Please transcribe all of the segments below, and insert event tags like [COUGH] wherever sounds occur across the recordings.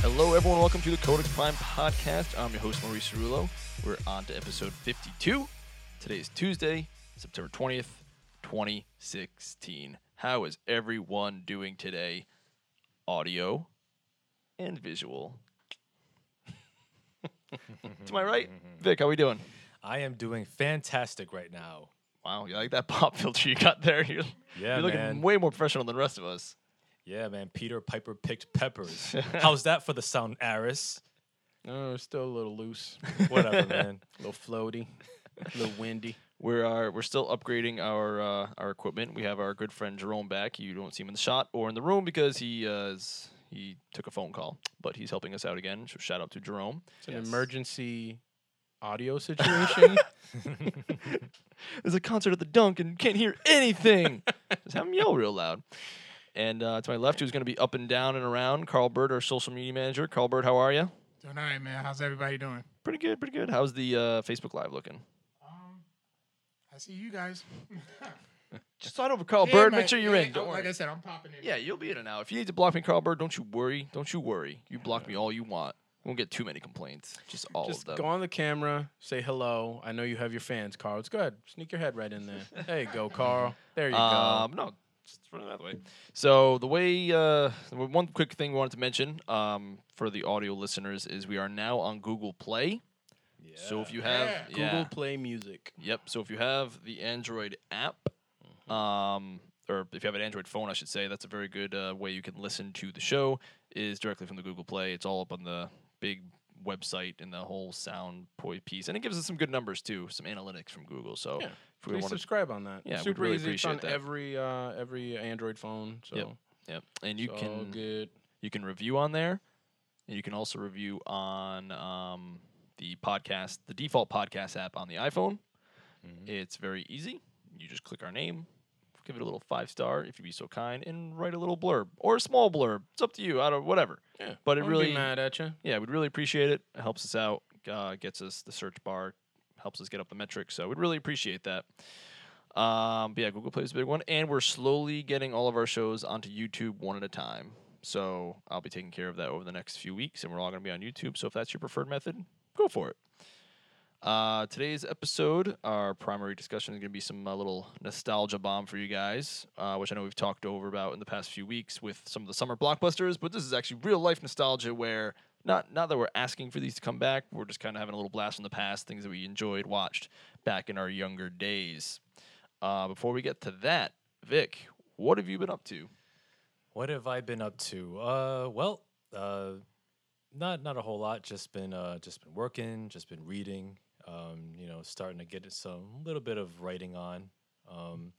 Hello, everyone. Welcome to the Codex Prime podcast. I'm your host, Maurice Cerullo. We're on to episode 52. Today is Tuesday, September 20th, 2016. How is everyone doing today? Audio and visual. [LAUGHS] to my [LAUGHS] right, Vic, how we doing? I am doing fantastic right now. Wow, you like that [LAUGHS] pop filter you got there? You're, Yeah, you're looking man. way more professional than the rest of us. yeah, man. Peter Piper picked peppers. How's that for the sound, Aris? Oh, it's still a [LAUGHS] little loose, Whatever, man. a little floaty, a little windy. We are we're still upgrading our uh, our equipment. We have our good friend Jerome back. You don't see him in the shot or in the room because he uh, is, he took a phone call, but he's helping us out again. So shout out to Jerome. It's an Yes. emergency [LAUGHS] audio situation. There's a concert at the Dunk and can't hear anything. Just have him yell real loud. And uh, to my left, who's going to be up and down and around, Carl Bird, our social media manager. Carl Bird, how are you? Doing all right, man. How's everybody doing? Pretty good, pretty good. How's the uh, Facebook Live looking? Um, I see you guys. Just slide over, Oh, Carl Yeah, Bird. man, Make sure you're yeah, in. Don't oh, worry. Like I said, I'm popping in. Yeah, you'll be in and out. If you need to block me, Carl Bird, don't you worry. Don't you worry. You block me all you want. We won't get too many complaints. Just all Just of go them. on the camera, say hello. I know you have your fans, Carl. It's good. Sneak your head right [LAUGHS] in there. There you go, Carl. There you um, no, just run it that way. So the way, uh, w- one quick thing we wanted to mention um, for the audio listeners is we are now on Google Play. Yeah. So if you have Yeah. go. Google Play Music. Yep. So if you have the Android app, um, or if you have an Android phone, I should say, that's a very good uh, way you can listen to the show. Is directly from the Google Play. It's all up on the big website and the whole sound poi piece, and it gives us some good numbers too, some analytics from Google. So Yeah, if we Please want to, subscribe on that. Yeah, we'd super really easy. It's on appreciate that. every uh, every Android phone. So Yep, yeah, and you it's all can good. you can review on there, and you can also review on um, the podcast, the default podcast app on the iPhone. Mm-hmm. It's very easy. You just click our name, give it a little five star if you'd be so kind, and write a little blurb or a small blurb. It's up to you. I don't whatever. Yeah, But it won't be really- mad at you. Yeah, we'd really appreciate it. It helps us out, uh, gets us the search bar, helps us get up the metrics. So we'd really appreciate that. Um, but yeah, Google Play is a big one, and we're slowly getting all of our shows onto YouTube one at a time. So I'll be taking care of that over the next few weeks, and we're all going to be on YouTube. So if that's your preferred method, go for it. Uh, today's episode, our primary discussion is going to be some uh, little nostalgia bomb for you guys, uh, which I know we've talked over about in the past few weeks with some of the summer blockbusters. But this is actually real life nostalgia, where not not that we're asking for these to come back, we're just kind of having a little blast from the past, things that we enjoyed, watched back in our younger days. Uh, before we get to that, Vic, what have you been up to? What have I been up to? Uh, well, uh, not not a whole lot. Just been uh, just been working. Just been reading. Um, you know, starting to get some little bit of writing on. Um,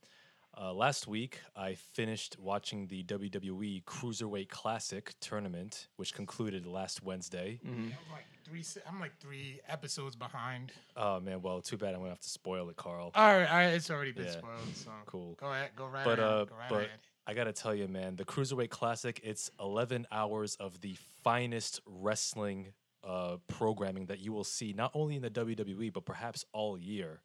uh, last week, I finished watching the WWE Cruiserweight Classic tournament, which concluded last Wednesday. Mm-hmm. I'm like three. se- I'm like three episodes behind. Oh man, well, too bad I'm gonna have to spoil it, Carl. All right, all right it's already been Yeah. spoiled. So Cool. go ahead, go right But ahead. uh, go right but ahead. I gotta tell you, man, the Cruiserweight Classic. It's 11 hours of the finest wrestling uh, programming that you will see, not only in the WWE but perhaps all year.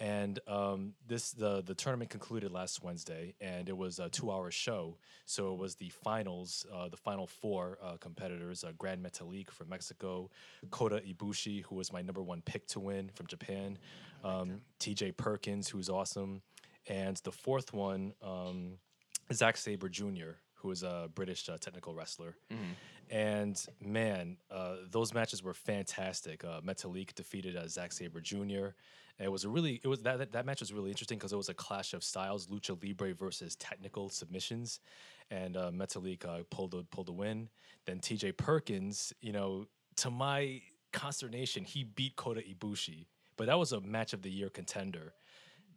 And um, this the the tournament concluded last Wednesday, and it was a two-hour show. So it was the finals, uh, the final four uh, competitors: uh, Grand Metalik from Mexico, Kota Ibushi, who was my number one pick to win from Japan, um, T.J. Perkins, who's awesome, and the fourth one, um, Zack Saber Jr., who is a British uh, technical wrestler. And man, uh, those matches were fantastic. Uh, Metalik defeated uh, Zack Saber Jr. And it was a really it was that that, that match was really interesting because it was a clash of styles, lucha libre versus technical submissions, and uh, Metalik uh, pulled the pulled the win. Then T.J. Perkins, you know, to my consternation, he beat Kota Ibushi, but that was a match of the year contender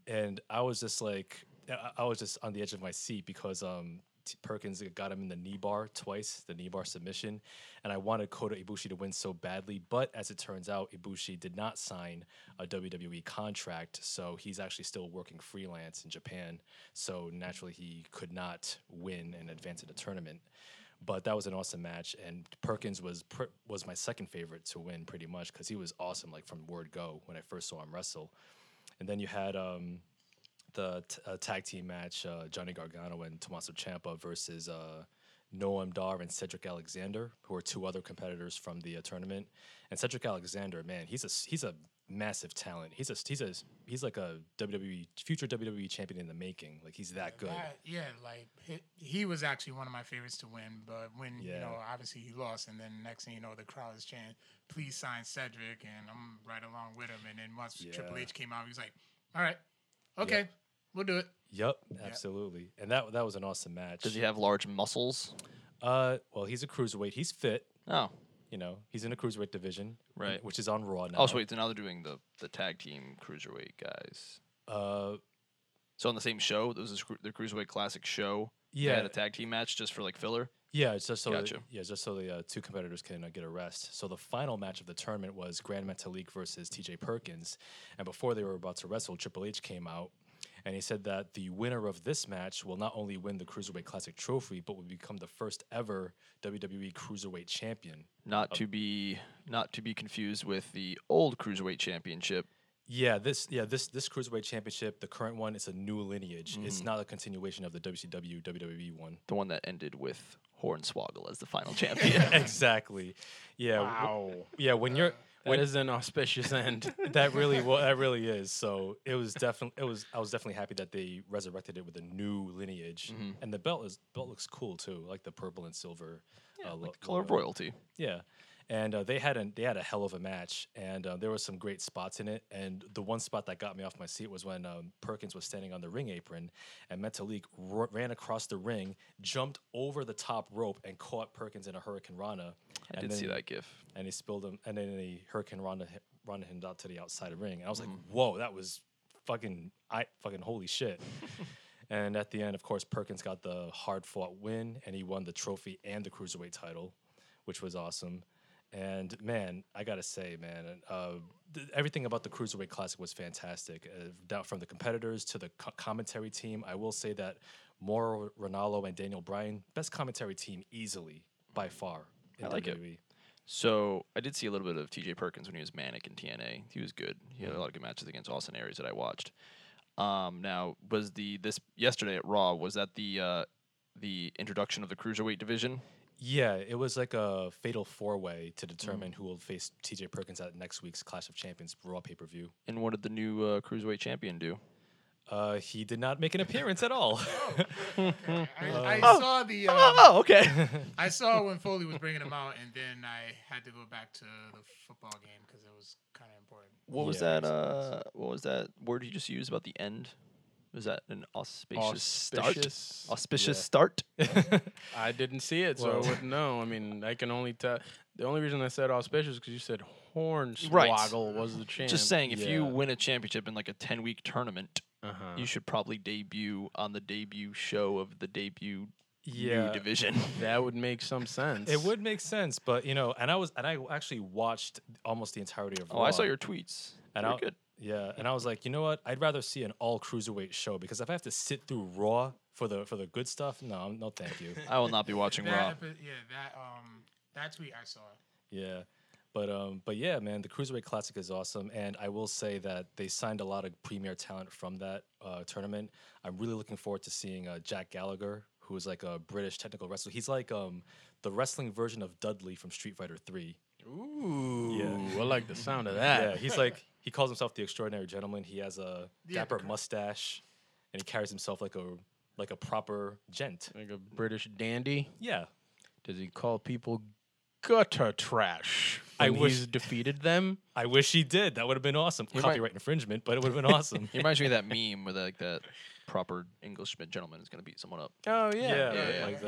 and I was just like, I- I- I was just on the edge of my seat because um, T- Perkins got him in the knee bar twice, the knee bar submission, and I wanted Kota Ibushi to win so badly. But as it turns out, Ibushi did not sign a WWE contract, so he's actually still working freelance in Japan. So naturally, he could not win and advance in the tournament. But that was an awesome match, and Perkins was pr- was my second favorite to win, pretty much, because he was awesome, like from word go when I first saw him wrestle. And then you had um, the t- uh, tag team match uh, Johnny Gargano and Tommaso Ciampa versus uh, Noam Dar and Cedric Alexander, who are two other competitors from the uh, tournament. And Cedric Alexander, man, he's a s- he's a massive talent. He's a s- he's a s- he's like a WWE future WWE champion in the making. Like he's that good. That- yeah, like he, he was actually one of my favorites to win, but when you Yeah. know, obviously he lost, and then next thing you know, the crowd is chanting, "Please sign Cedric," and I'm right along with him. And then once Triple Yeah. H came out, he was like, "All right, okay, we'll do it." Yep, absolutely. And that that was an awesome match. Does he have large muscles? uh, well, he's a cruiserweight. He's fit. Oh, You know, he's in the cruiserweight division, Right. Which is on Raw now. oh, so wait. So now they're doing the the tag team cruiserweight guys. Uh, So on the same show, there was this, cru- the cruiserweight classic show. they yeah, had a tag team match just for like filler. Yeah, it's just so that- Gotcha. yeah, it's just so the uh, two competitors can uh, get a rest. So the final match of the tournament was Grand Metalik versus T.J. Perkins, and before they were about to wrestle, Triple H came out and he said that the winner of this match will not only win the Cruiserweight Classic trophy, but will become the first ever WWE Cruiserweight champion. Not to be not to be confused with the old cruiserweight championship. Yeah, this yeah this this Cruiserweight Championship, the current one, it's a new lineage. It's not a continuation of the WCW WWE one. the one that ended with Hornswoggle as the final champion. [LAUGHS] exactly. Yeah. w- Wow. Yeah. When you're That is an auspicious [LAUGHS] end. that really [LAUGHS] well that really is so it was definitely it was i was definitely happy that they resurrected it with a new lineage Mm-hmm. and the belt is belt looks cool too like the purple and silver yeah, like the color of royalty. yeah and uh, they had a they had a hell of a match and uh, there were some great spots in it and the one spot that got me off my seat was when um, perkins was standing on the ring apron and metalik ro- ran across the ring jumped over the top rope and caught perkins in a hurricane rana I did see that gif. and he spilled him, and then he hurricane Ronda hi- Ronda him out to the outside ring. And I was like, Mm-hmm. whoa, that was fucking I fucking holy [LAUGHS] shit. and at the end, of course, Perkins got the hard fought win, and he won the trophy and the cruiserweight title, which was awesome. And man, I gotta say, man, uh, th- everything about the cruiserweight classic was fantastic. Uh, down from the competitors to the co- commentary team, I will say that Mauro Ronaldo and Daniel Bryan, best commentary team easily by far. In E. I like it. WWE. So I did see a little bit of TJ Perkins when he was manic in TNA. He was good. He had a lot of good matches against Austin Aries that I watched. Um, now was the this yesterday at Raw was that the uh, the introduction of the cruiserweight division? Yeah, it was like a fatal four way Mm. to determine who will face TJ Perkins at next week's Clash of Champions Raw pay per view. And what did the new uh, cruiserweight champion do? Uh, he did not make an appearance at all. [LAUGHS] I, I saw the. um, Oh, [LAUGHS] okay. I saw when Foley was bringing him out, and then I had to go back to the football game because it was kind of important. what was Yeah, that? Uh, what was that word you just used about the end? Was that an auspicious, Auspicious. start? Auspicious Yeah. [LAUGHS] start. I didn't see it, so I Well- wouldn't know. I mean, I can only tell. The only reason I said auspicious because you said hornswoggle Right. was the champ. Just saying, if you Yeah. win a championship in like a ten week tournament, Uh-huh. you should probably debut on the debut show of the debut new yeah, [LAUGHS] division. [LAUGHS] That would make some sense. it would make sense, but you know, and I was and I actually watched almost the entirety of. oh, I saw Raw. your tweets. And They're I'll- good. Yeah, and I was like, you know what? I'd rather see an all cruiserweight show because if I have to sit through Raw for the for the good stuff, no, I'm- no, thank you. I will not be [LAUGHS] watching Raw. That epi- yeah, that um, that tweet I saw. Yeah. But um, but yeah, man, the Cruiserweight Classic is awesome, and I will say that they signed a lot of premier talent from that uh, tournament. I'm really looking forward to seeing uh, Jack Gallagher, who is like a British technical wrestler. He's like um, the wrestling version of Dudley from Street Fighter Three. Ooh, I like the sound of that. Yeah, he's like he calls himself the Extraordinary Gentleman. He has a Yeah, the dapper cr- mustache, and he carries himself like a like a proper gent. Like a British dandy. Yeah, Does he call people gutter trash? I when wish- he's defeated them. I wish he did. That would have been awesome. Copyright infringement, but it would have been awesome. It reminds me of that meme where like that proper Englishman gentleman is gonna beat someone up. Oh yeah, yeah, like yeah, that. yeah, yeah. It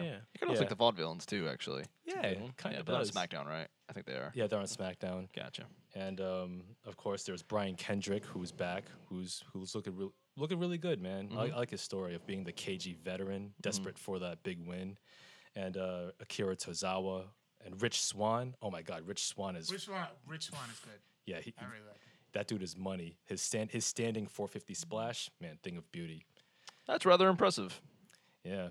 kind of looks Yeah. like the Vaudevillains too, actually. Yeah, kind yeah, of but they're on does. SmackDown, right? I think they are. Yeah, they're on SmackDown. Gotcha. And um, of course, there's Brian Kendrick, who's back, who's who's looking real looking really good, man. I, I like his story of being the KG veteran, desperate for that big win, and uh, Akira Tozawa and Rich Swan. Oh my God, Rich Swan is Which one? Which one is good? yeah, he, I really like. it. that dude is money. His stand his standing 450 splash, man, thing of beauty. That's rather impressive. Yeah.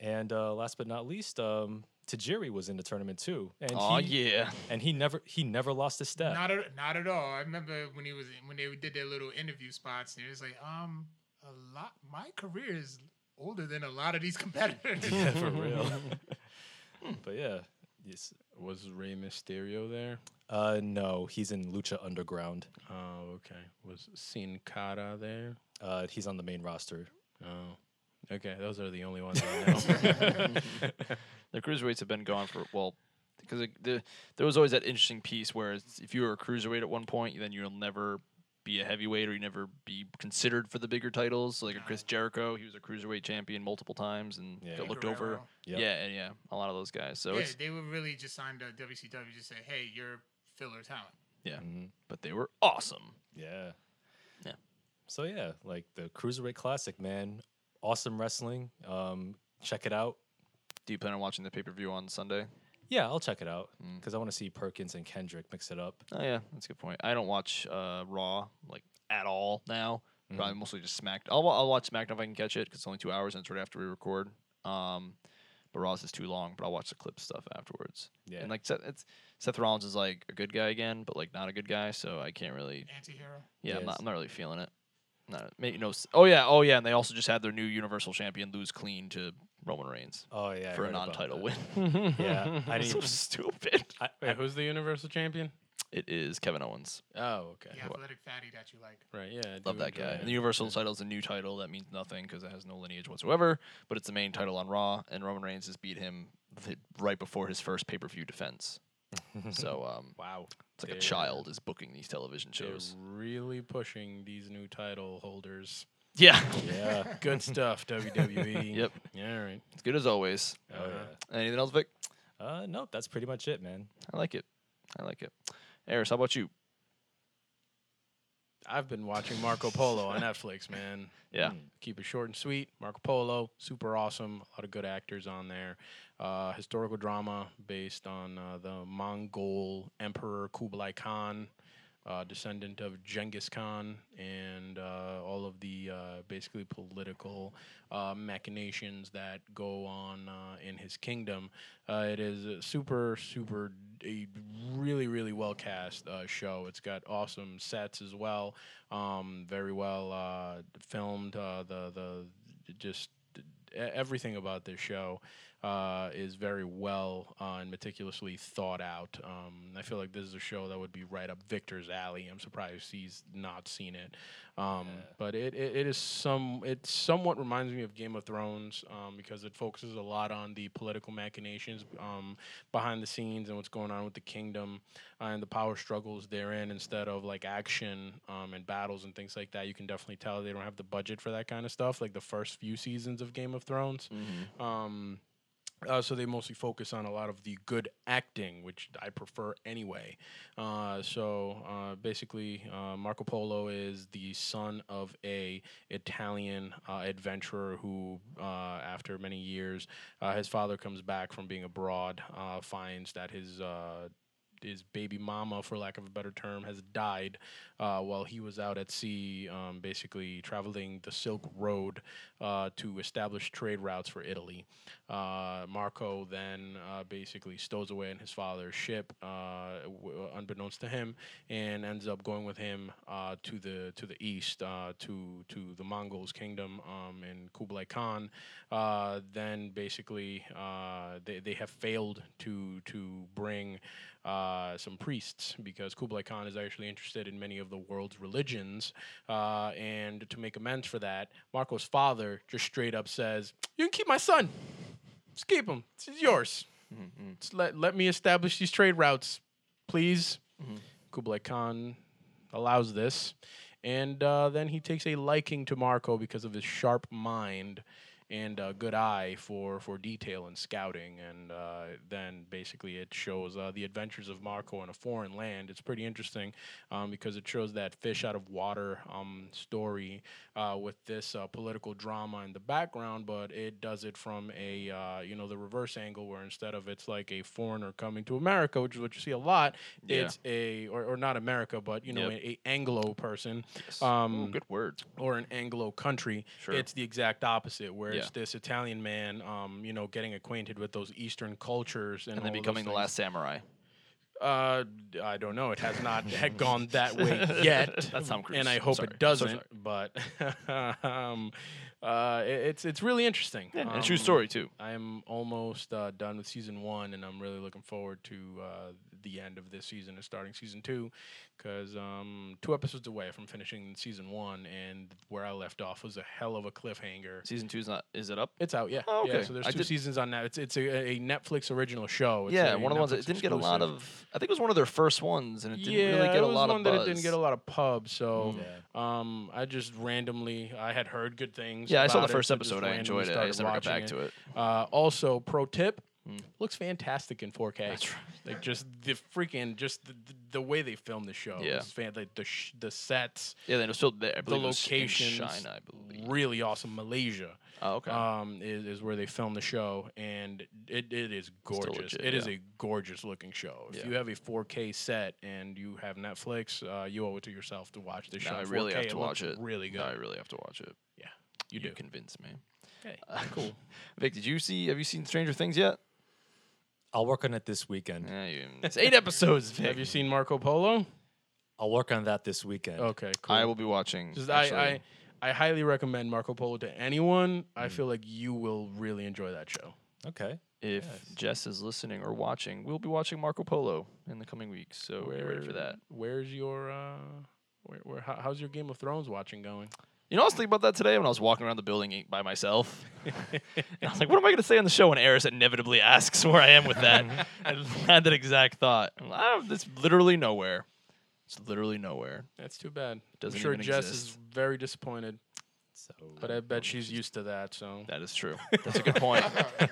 And uh, last but not least, um, Tajiri was in the tournament too, and Oh he, yeah. and he never he never lost a step. Not at, not at all. I remember when he was when they did their little interview spots. And it was like, um, a lot. My career is older than a lot of these [LAUGHS] competitors. yeah, for real. [LAUGHS] but yeah, yes. [LAUGHS] Was Rey Mysterio there? Uh, no, he's in Lucha Underground. Oh, okay. Was Sin Cara there? Uh, he's on the main roster. Oh, okay. Those are the only ones I know. The cruiserweights have been gone for well, because the, there was always that interesting piece where it's- if you were a cruiserweight at one point, then you'll never be a heavyweight or you never be considered for the bigger titles. So like a Chris Jericho, he was a cruiserweight champion multiple times and Yeah. got looked over. Guerrero. Yep. Yeah, and yeah, a lot of those guys. So yeah, it's they were really just signed to WCW. Just say, hey, you're filler talent. yeah, Mhm. but they were awesome. Yeah. Yeah. So yeah, like the Cruiserweight Classic, man. Awesome wrestling. Um, check it out. Do you plan on watching the pay per view on Sunday? Yeah, I'll check it out Mm. because I want to see Perkins and Kendrick mix it up. Oh yeah, that's a good point. I don't watch uh, Raw like at all now. Mm-hmm. Probably mostly just Smack. I'll, wa- I'll watch SmackDown if I can catch it because it's only two hours and it's right after we record. Um, but Raw's is too long. But I'll watch the clip stuff afterwards. Yeah. and like Seth, it's, Seth Rollins is like a good guy again, but like not a good guy. So I can't really. Anti-hero. Yeah, I'm, Yes. not, I'm not really feeling it. Not maybe no. s- Oh yeah, oh yeah, and they also just had their new Universal Champion lose clean to Roman Reigns Oh yeah, I for a heard about non-title that. win. Yeah, [LAUGHS] I so didn't. [LAUGHS] stupid. I, Wait, who's the Universal Champion? It is Kevin Owens. Oh, okay. The athletic fatty that you like. Right. Yeah. I do Love that enjoy guy. And the Universal title is a new title that means nothing because it has no lineage whatsoever, but it's the main title on Raw, and Roman Reigns has beat him th- right before his first pay per view defense. so um, Wow. it's like a They're- child is booking these television They're shows. really pushing these new title holders. Yeah, [LAUGHS] yeah. Good stuff, [LAUGHS] WWE. Yep. Yeah, all right. it's good as always. Oh yeah. Anything else, Vic? Uh, nope, that's pretty much it, man. I like it. I like it. Eris, how about you? I've been watching Marco Polo on Netflix, man. Mm. Yeah, Keep it short and sweet. Marco Polo, super awesome. A lot of good actors on there. Uh, historical drama based on uh, the Mongol Emperor Kublai Khan, uh, descendant of Genghis Khan, and uh, all of the uh, basically political uh, machinations that go on uh, in his kingdom. Uh, it is a super, super, a really, really well cast uh, show. It's got awesome sets as well, um, very well uh, filmed. Uh, the the just e- everything about this show uh, is very well uh, and meticulously thought out. Um, I feel like this is a show that would be right up Victor's alley. I'm surprised he's not seen it, um, but it, it, it is some it somewhat reminds me of Game of Thrones um, because it focuses a lot on the political machinations um, behind the scenes and what's going on with the kingdom uh, and the power struggles therein instead of like action um, and battles and things like that. You can definitely tell they don't have the budget for that kind of stuff. Like the first few seasons of Game of Thrones. Um, uh, so they mostly focus on a lot of the good acting, which I prefer anyway. Uh, so uh, basically, uh, Marco Polo is the son of a Italian uh, adventurer who, uh, after many years, uh, his father comes back from being abroad, uh, finds that his uh, his baby mama, for lack of a better term, has died uh, while he was out at sea, um, basically traveling the Silk Road uh, to establish trade routes for Italy. Uh, Marco then uh, basically stows away in his father's ship, uh, w- unbeknownst to him, and ends up going with him uh, to the to the east, uh, to to the Mongols' kingdom um, and Kublai Khan. Uh, then basically uh, they, they have failed to to bring uh, some priests because Kublai Khan is actually interested in many of the world's religions, uh, and to make amends for that, Marco's father just straight up says, "You can keep my son." Just keep him. It's yours. Mm-hmm. Just let let me establish these trade routes, please. Kublai Khan allows this, and uh, then he takes a liking to Marco because of his sharp mind and uh, good eye for for detail and scouting. And uh, then basically it shows uh, the adventures of Marco in a foreign land. It's pretty interesting um, because it shows that fish out of water um, story uh, with this uh, political drama in the background, but it does it from a uh, you know the reverse angle where instead of it's like a foreigner coming to America, which is what you see a lot, Yeah. it's a or, or not America, but you know Yep. a, a Anglo person Yes. Um, Ooh, good word. or an Anglo country, Sure. it's the exact opposite, where Yeah. it's this Italian man, um, you know, getting acquainted with those Eastern cultures and, And then all of those becoming the things. last samurai. Uh, d- I don't know. It [LAUGHS] has not had gone that way yet. That's Tom Cruise. and I I'm hope sorry. I'm it so doesn't. but [LAUGHS] um, Uh, it- it's it's really interesting. Yeah, and true Um, story too. I am almost uh, done with season one, and I'm really looking forward to uh, the end of this season and starting season two, because um, two episodes away from finishing season one, and where I left off was a hell of a cliffhanger. Season two's not. Is it up? It's out, yeah. Oh, Yeah, okay. so there's I two did- seasons on that. It's it's a, a Netflix original show. It's yeah, a one of the ones that Netflix it didn't get a lot exclusive. of. I think it was one of their first ones, and it didn't yeah, really get it a was lot one of that buzz. Mm-hmm. it didn't get a lot of pub. Mm. So Yeah. um, I just randomly, I had heard good things. yeah, I saw the about it, first so just episode. I randomly enjoyed it. I started just never got watching back it. to it. Uh, also, pro tip. Looks fantastic in 4K. Hmm. That's right. Like just the freaking just the, the, the way they filmed the show. Yeah. is fan, like the sh- the sets, Yeah, then it was filmed there. I the believe it was in locations. China, I believe. Really awesome. Malaysia Oh, okay. um, is, is where they filmed the show, and it, it is gorgeous. legit, It is yeah. a gorgeous looking show. If Yeah. you have a 4K set and you have Netflix, uh, you owe it to yourself to watch this No, show. I in really 4K, have to watch looks it. Really good. No, I really have to watch it. Yeah, you, you do. convince me. Okay, Uh, cool. [LAUGHS] Vic, did you see? Have you seen Stranger Things yet? I'll work on it this weekend. Yeah, you, it's eight episodes. Vic. Have you seen Marco Polo? I'll work on that this weekend. Okay, cool. I will be watching. Just, actually. I, I, I highly recommend Marco Polo to anyone. I Mm. feel like you will really enjoy that show. Okay. if Yes. Jess is listening or watching, we'll be watching Marco Polo in the coming weeks. So get ready for that. Where's your uh, where, where how, how's your Game of Thrones watching going? You know, I was thinking about that today when I was walking around the building e- by myself. [LAUGHS] and I was like, what am I going to say on the show when Eris inevitably asks where I am with that? I had that exact thought. I'm like, "Ah, It's literally nowhere. It's literally nowhere. That's too bad. Doesn't I'm sure even Jess is exist. very disappointed, So but I bet she's used to that. So That is true. That's a good point.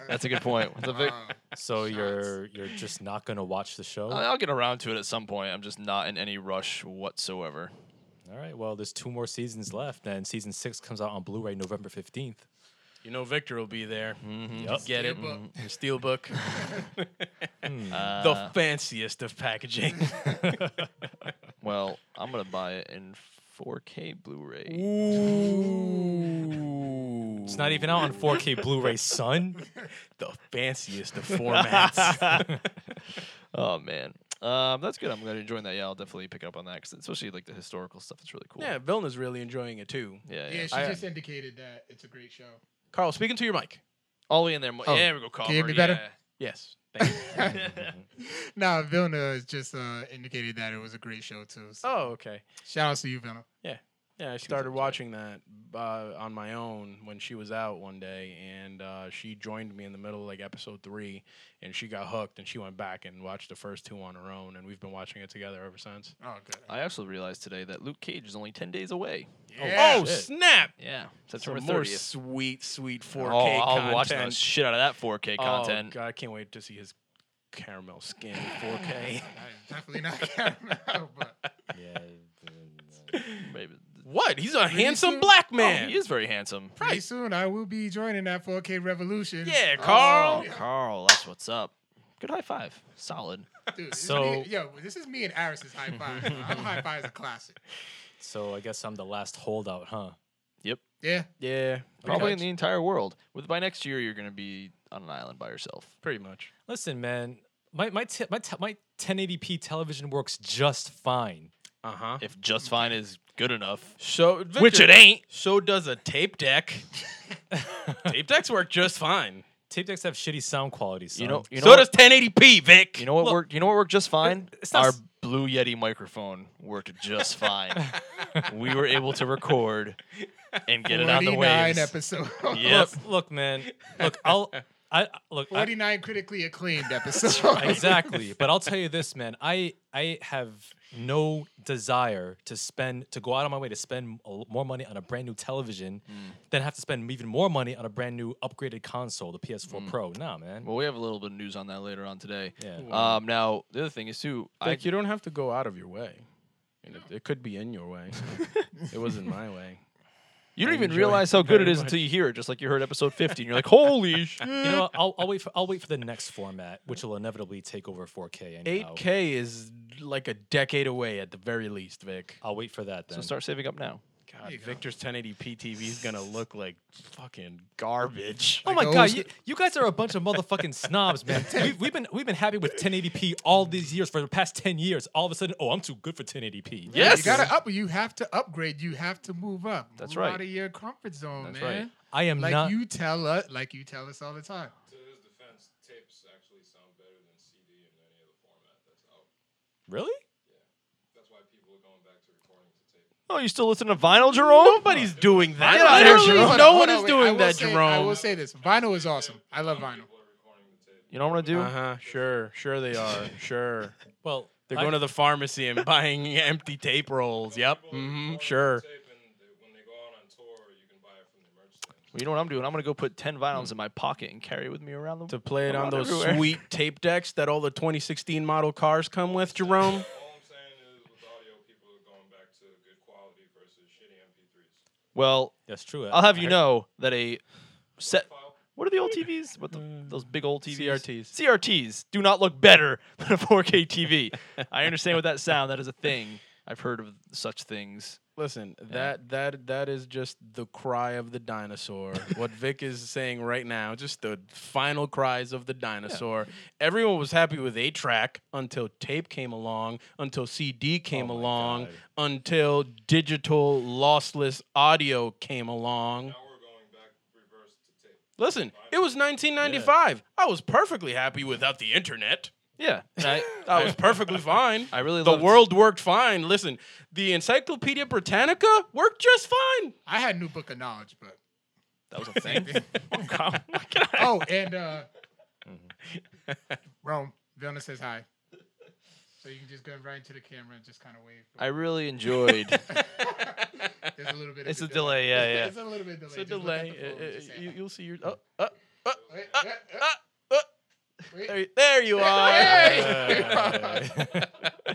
That's a good point. What's up, Vic? Uh, so you're you're just not gonna watch the show. I- I'll get around to it at some point. I'm just not in any rush whatsoever. All right. Well, there's two more seasons left, and season six comes out on Blu-ray November fifteenth. you know Victor will be there. Mm. Hmm. Yep. Get it? Steelbook. The [LAUGHS] Steelbook, Uh, the fanciest of [LAUGHS] packaging. well, I'm going to buy it in 4K Blu ray. Ooh, It's not even out [LAUGHS] on 4K Blu-ray, son. the fanciest of [LAUGHS] formats. Oh man, um, that's good. I'm glad you're enjoying that. Yeah, I'll definitely pick up on that because especially like the historical stuff. It's really cool. yeah, Vilna's really enjoying it too. yeah, yeah. yeah, she I- just indicated that it's a great show. [LAUGHS] Carl, speaking to your mic. All the way in there. Mo- Oh, yeah, there we go. Mm-hmm. Carver. can you hear me better? Yes. Thank [LAUGHS] you. [LAUGHS] No, Vilna has just uh, indicated that it was a great show too. So oh, okay. shout out to you, Vilna. Yeah, I started watching that uh, on my own when she was out one day, and uh, she joined me in the middle of like episode three, and she got hooked, and she went back and watched the first two on her own, and we've been watching it together ever since. Oh, good. I also realized today that Luke Cage is only ten days away. Yeah. oh shit. snap! Yeah, Some September more thirtieth. sweet, sweet 4K Oh, content. I'll watch the shit out of that 4K Oh content. god, I can't wait to see his caramel skin in [LAUGHS] 4K. I definitely not [LAUGHS] caramel, but yeah. Maybe- what? He's a handsome soon? black Oh, man. he is very handsome. pretty soon I will be joining that 4K revolution. Yeah, Oh, Carl. yeah. Carl, that's what's up. Good high five. Solid. Dude, this So- is me, yo, this is me and Aris's high [LAUGHS] five. Our high five is a classic. So I guess I'm the last holdout, huh? Yeah, Yeah, Probably in because- the entire world. With by next year, you're gonna be on an island by yourself. pretty much. Listen, man, my my te- my, te- my 1080p television works just fine. Uh huh. If just fine is good enough, So which it ain't. So does a tape [LAUGHS] deck. tape decks work just fine. Tape decks have shitty sound quality. Son. You know. You know so what? does 1080p, Vic. You know what Look, worked? You know what worked just fine? it's not Our s- Blue Yeti microphone worked just [LAUGHS] fine. we were able to record and get it on the 49 waves. episode. [LAUGHS] Yeah. Yep. Look, [LAUGHS] look, man. Look, I'll. I look. I- 49 [LAUGHS] critically acclaimed [LAUGHS] episode. exactly. But I'll tell you this, man. I I have no desire to spend to go out of my way to spend a l- more money on a brand new television than have to spend even more money on a brand new upgraded console, the PS4 Pro. Nah, man. Well, we have a little bit of news on that later on today. Yeah. Um, now the other thing is too. I, Vic, you don't have to go out of your way. And it, it could be in your [LAUGHS] way. it wasn't my way. you don't even enjoy realize how good it very is until you hear it. Just like you heard episode 50, and you're like, [LAUGHS] "Holy shit!" You know, what? I'll, I'll wait for I'll wait for the next format, which will inevitably take over 4K. Anyhow. 8K is like a decade away at the very least, Vic. I'll wait for that then. So start saving up now. God God, you go. Victor's 1080p TV is [LAUGHS] gonna look like fucking garbage. Oh my Like god, those- you, you guys are a bunch of motherfucking snobs, man. We've, we've been we've been happy with 1080p all these years for the past 10 years. All of a sudden, oh, I'm too good for 1080p. Yeah. Yes. you gotta up. You have to upgrade. You have to move up. That's Move right. Out of your comfort zone, That's right. man. I am Like not. you tell us, like you tell us all the time. To his defense, tapes actually sound better than CD in any other format that's out. really? That's why people are going back to recording to tape. Oh, you still listen to vinyl, Jerome? [LAUGHS] Nobody's doing that. Get out of here, Literally Jerome. Hold no on, one hold is on, wait, I doing will that, say- I Jerome. will say this: vinyl is awesome. I love vinyl. People are recording the tape. You know what I'm gonna do? Uh huh. Sure. Sure they are. [LAUGHS] Sure. Well, They're I- going to the pharmacy and [LAUGHS] buying empty tape rolls. Yep. Mm-hmm. Sure. Tape and they, when they go out on tour, you can buy it from the merch stand. Well, you know what I'm doing? I'm gonna go put ten vinyls in my pocket and carry it with me around the. To play it around on those everywhere. sweet tape decks that all the 2016 model cars come [LAUGHS] with, Jerome. All I'm saying is with audio, people are going back to good quality versus shitty MP3s. Well, that's true. I'll have I you heard- know that a set. File, What are the old TVs? What the, Mm. those big old TVs? CRTs. CRTs do not look better [LAUGHS] than a 4K TV. I understand what that sound. That is a thing. I've heard of such things. Listen, that that that is just the cry of the [LAUGHS] dinosaur. what Vic is saying right now, just the final cries of the dinosaur. Everyone was happy with A track until tape came along, until CD came Oh my along, God. until digital lossless audio came along. now we're going back reverse to tape. Listen, it was 1995. I was perfectly happy without the internet. Yeah, and [LAUGHS] I, I [LAUGHS] was perfectly fine. I really the loved- world worked fine. Listen, the Encyclopedia Britannica worked just fine. I had new book of knowledge, [LAUGHS] but that was a thing. oh, and uh, Mm-hmm. Rome Vilna says hi. So you can just go right into the camera and just kind of wave. [LAUGHS] I [LAUGHS] really enjoyed. uh, There's a little bit. Of It's a delay. Yeah, yeah. it's a little bit delay. It's a Just look at delay. the phone and Uh, just uh, say you, hi. will see your. Oh, oh, Wait, uh, uh, uh, uh, wait. there, there you are. [LAUGHS]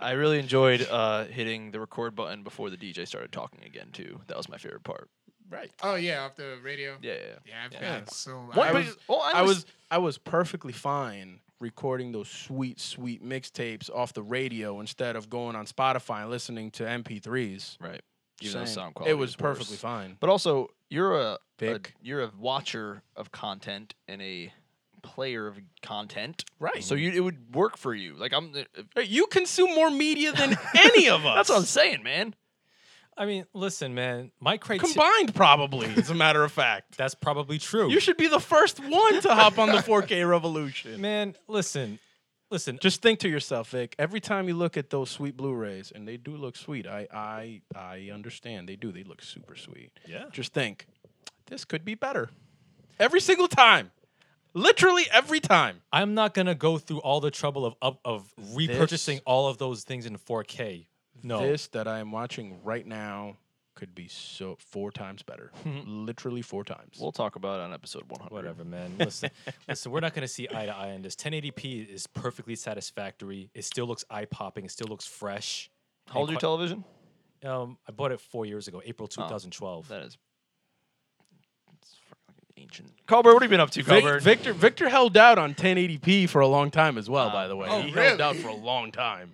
I really enjoyed uh, hitting the record button before the DJ started talking again too. That was my favorite part. [LAUGHS] right. Oh yeah, off the radio. Yeah, yeah. yeah. Yeah, I've Yeah. got so. One I page- was- oh, I was I was perfectly fine recording those sweet sweet mixtapes off the radio instead of going on Spotify and listening to MP3s. right. Just Even though saying. sound quality it was, worse. perfectly fine. But also, you're a, a Vic. you're a watcher of content and a player of content. Right. So you it would work for you. Like I'm. uh, Hey, You consume more media than any of [LAUGHS] us. That's what I'm saying, man. I mean, listen, man. My criteria. combined probably. As a matter of fact, that's probably true. you should be the first one to hop on the [LAUGHS] 4K revolution. man, listen, listen. Just think to yourself, Vic. Every time you look at those sweet Blu-rays, and they do look sweet. I, I, I understand. They do. They look super sweet. Yeah. Just think, this could be better. Every single time, literally every time. I'm not gonna go through all the trouble of of, of repurchasing all of those things in 4K. No, This that I am watching right now could be so four times [LAUGHS] better. literally four times. We'll talk about it on episode 100. whatever, man. [LAUGHS] Listen, listen. We're not gonna see eye to eye on this. 1080p is perfectly satisfactory. It still looks eye popping. It still looks fresh. How old And your qui- television? Um, I bought it four years ago, April 2012. Oh, That is. It's fucking ancient. Colbert, what have you been up to, Vic- Colbert? Victor Victor held out on 1080p for a long time as well. by the way, oh, he held really? out for a long time.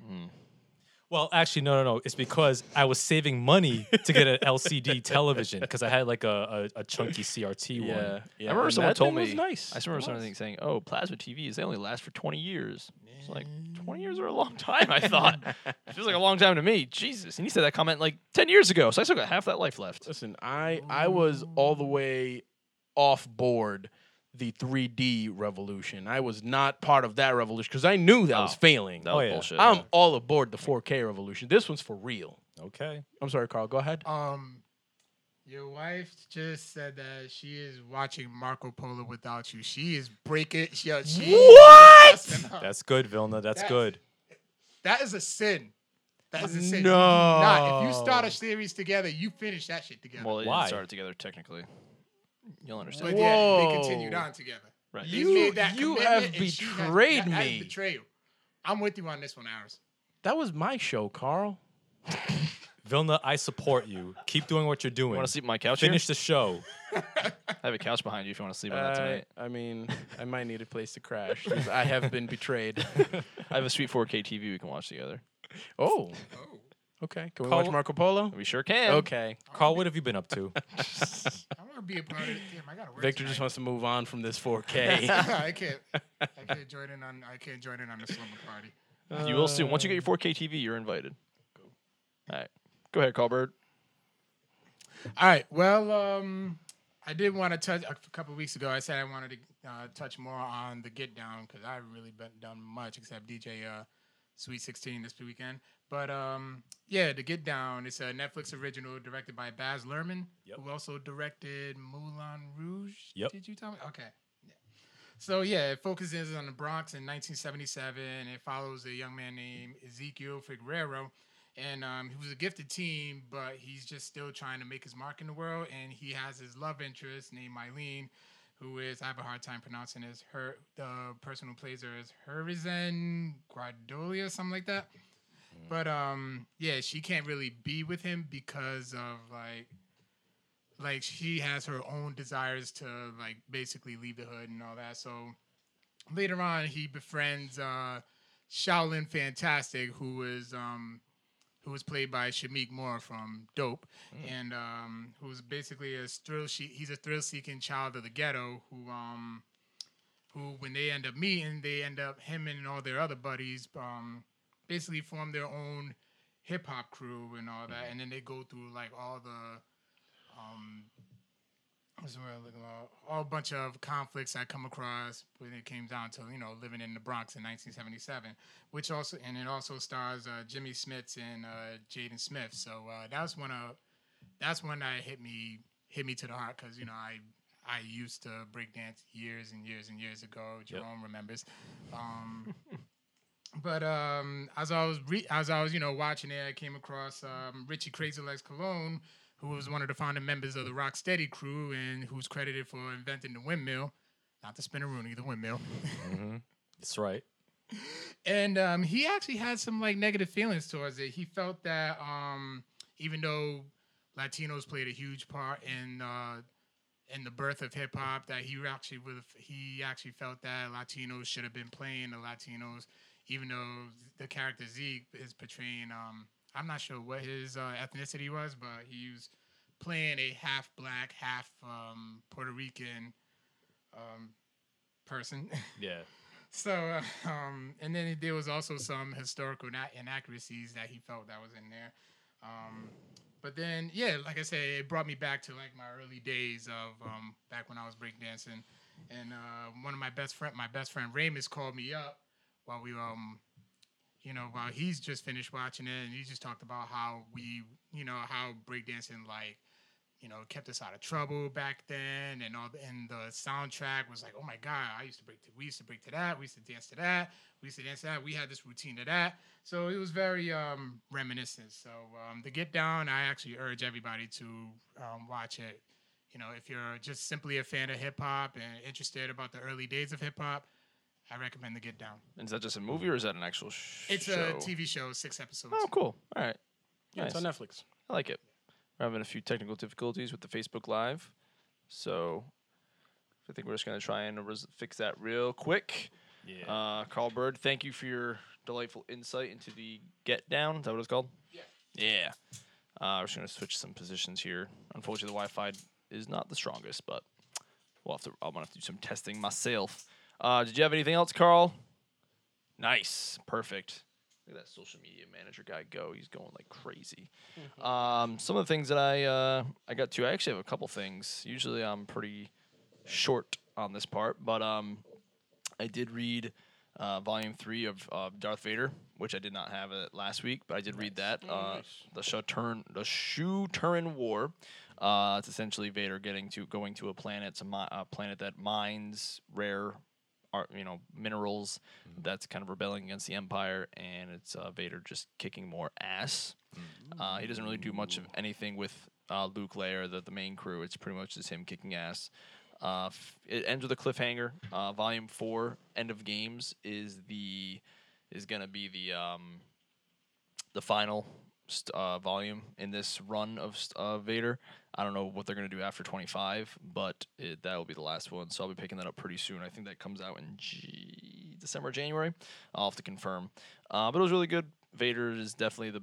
Well, actually, no, no, no. It's because I was saving money to get an LCD television because I had like a, a, a chunky CRT one. I remember and someone that told thing me. was nice. I just remember something saying, "Oh, plasma TVs they only last for 20 years." It's like 20 years are a long time. [LAUGHS] I [LAUGHS] thought it feels like a long time to me. Jesus! And he said that comment like 10 years ago, so I still got half that life left. Listen, I I was all the way off board the 3D revolution. I was not part of that revolution because I knew that was Oh, failing. That was yeah. bullshit. I'm all aboard the 4K revolution. This one's for real. Okay. I'm sorry, Carl. Go ahead. Um, your wife just said that she is watching Marco Polo without you. She is breaking. She, uh, she what? That's good, Vilna. That's That's- good. That is a sin. That is a sin. You do No. Not if you start a series together, you finish that shit together. well, they Why? didn't start it together technically. You'll understand. but yeah, they Whoa. continued on together. Right. They You- made that you commitment have and she has- betrayed that- that is me. betrayal. I'm with you on this one, Iris. That was my show, Carl. Vilna, I support you. Keep doing what you're doing. Want to sleep on my couch? Finish. Finish the show. I have a couch behind you if you want to sleep on that I, tonight. I mean, I might need a place to crash. 'cause I [LAUGHS] have been betrayed. [LAUGHS] I have a sweet 4K TV we can watch together. oh, Oh, Okay. Can we Call- watch Marco Polo? We sure can. Okay. Carl, what have you been up to? I want to be a part of it. Damn, I gotta work. Victor just tonight. wants to move on from [LAUGHS] this 4K. [LAUGHS] I can't. I can't join in on. I can't join in on the slumber party. You will soon. Once you get your 4K TV, you're invited. All right. Go ahead, Colbert. All right. Well, um, I did want to touch a couple weeks ago. I said I wanted to uh, touch more on the get down because I haven't really been done much except DJ uh, Sweet Sixteen this weekend. But um, yeah, the get down. It's a Netflix original directed by Baz Luhrmann, Yep. who also directed Moulin Rouge. Yep. Did you tell me? Okay. Yeah. So yeah, it focuses on the Bronx in 1977. It follows a young man named Ezekiel Figueroa and um, he was a gifted team, but he's just still trying to make his mark in the world. And he has his love interest named Mylene, who is I have a hard time pronouncing this. Her the person who plays her is Hurizen Guardoli or something like that. But um, yeah, she can't really be with him because of like, like she has her own desires to like basically leave the hood and all that. So later on, he befriends uh, Shaolin Fantastic, who is um, who was played by Shamik Moore from Dope, and um, who's basically a thrill. She, he's a thrill-seeking child of the ghetto who, um, who when they end up meeting, they end up him and all their other buddies, um, basically form their own hip hop crew and all that, and then they go through like all the, um, what's the word I'm looking for? All bunch of conflicts I come across when it came down to you know living in the Bronx in 1977 which also and it also stars uh, Jimmy Smits and uh, Jaden Smith. So uh, that's one of that's one that hit me hit me to the heart because you know I I used to breakdance years and years and years ago. Jerome remembers. Um, but um, as I was re- as I was you know watching it, I came across um, Richie Crazy Legs Cologne, who was one of the founding members of the Rocksteady crew and who's credited for inventing the windmill, not the spinneroony, the windmill That's right. and um, he actually had some like negative feelings towards it. He felt that um, even though Latinos played a huge part in uh, in the birth of hip hop, that he actually would have he actually felt that Latinos should have been playing the Latinos, even though the character Zeke is portraying. Um, I'm not sure what his uh, ethnicity was, but he was playing a half black, half um, Puerto Rican um, person. [LAUGHS] Yeah. So, [LAUGHS] uh, um, and then there was also some historical na- inaccuracies that he felt that was in there. Um, but then, yeah, like I said, it brought me back to like my early days of um, back when I was breakdancing. And uh, one of my best friend, my best friend Ramus, called me up while we, um, you know, while he's just finished watching it, and he just talked about how we, you know, how breakdancing like you know, kept us out of trouble back then, and all. The, and the soundtrack was like, oh my god, I used to break. To, we used to break to that. We used to dance to that. We used to dance to that. We had this routine to that. So it was very um, reminiscent. So um, the Get Down, I actually urge everybody to um, watch it. You know, if you're just simply a fan of hip hop and interested about the early days of hip hop, I recommend the Get Down. And is that just a movie or is that an actual sh- It's show? a TV show, six episodes. Oh, cool. All right. yeah, it's Nice. on Netflix. I like it. We're having a few technical difficulties with the Facebook Live, so I think we're just gonna try and res- fix that real quick. Yeah. Uh, Carl Bird, thank you for your delightful insight into the Get Down. Is that what it's called? Yeah. Yeah. Uh, we're just gonna switch some positions here. Unfortunately, the Wi-Fi is not the strongest, but we'll have to. I'm gonna have to do some testing myself. Uh, did you have anything else, Carl? Nice, perfect. Look at that social media manager guy go. He's going like crazy. Um, some of the things that I uh, I got to, I actually have a couple things. Usually I'm pretty short on this part, but um, I did read uh, volume three of uh, Darth Vader, which I did not have it last week, but I did read that. Uh, The Shuturn, the Shu Turin War. Uh, it's essentially Vader getting to going to a planet, it's a, mi- a planet that mines rare, art, you know, minerals. That's kind of rebelling against the Empire, and it's uh, Vader just kicking more ass. Uh, he doesn't really do much of anything with uh, Luke, Leia, or the, the main crew. It's pretty much just him kicking ass. Uh, f- it ends with a cliffhanger. Uh, volume four, end of games, is the is gonna be the um, the final st- uh, volume in this run of st- uh, Vader. I don't know what they're gonna do after twenty five, but it, that will be the last one. So I'll be picking that up pretty soon. I think that comes out in G- December, January. I'll have to confirm. Uh, but it was really good. Vader is definitely the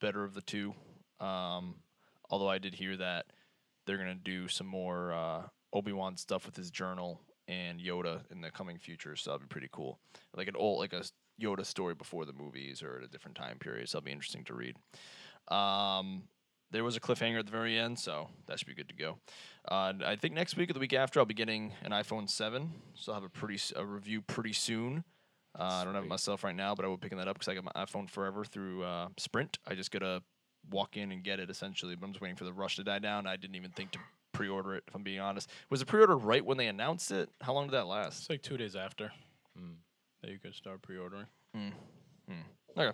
better of the two. Um, although I did hear that they're gonna do some more uh, Obi Wan stuff with his journal and Yoda in the coming future, so that'd be pretty cool. Like an old, like a s- Yoda story before the movies or at a different time period. So that'll be interesting to read. Um, there was a cliffhanger at the very end, so that should be good to go. Uh, and I think next week or the week after, I'll be getting an iPhone seven, so I'll have a pretty s- a review pretty soon. Uh, I don't have it myself right now, but I will be picking that up because I got my iPhone forever through uh, Sprint. I just gotta walk in and get it essentially, but I'm just waiting for the rush to die down. I didn't even think to pre-order it. If I'm being honest, was the pre-order right when they announced it? How long did that last? It's like two days after Hmm. that you could start pre-ordering. Okay.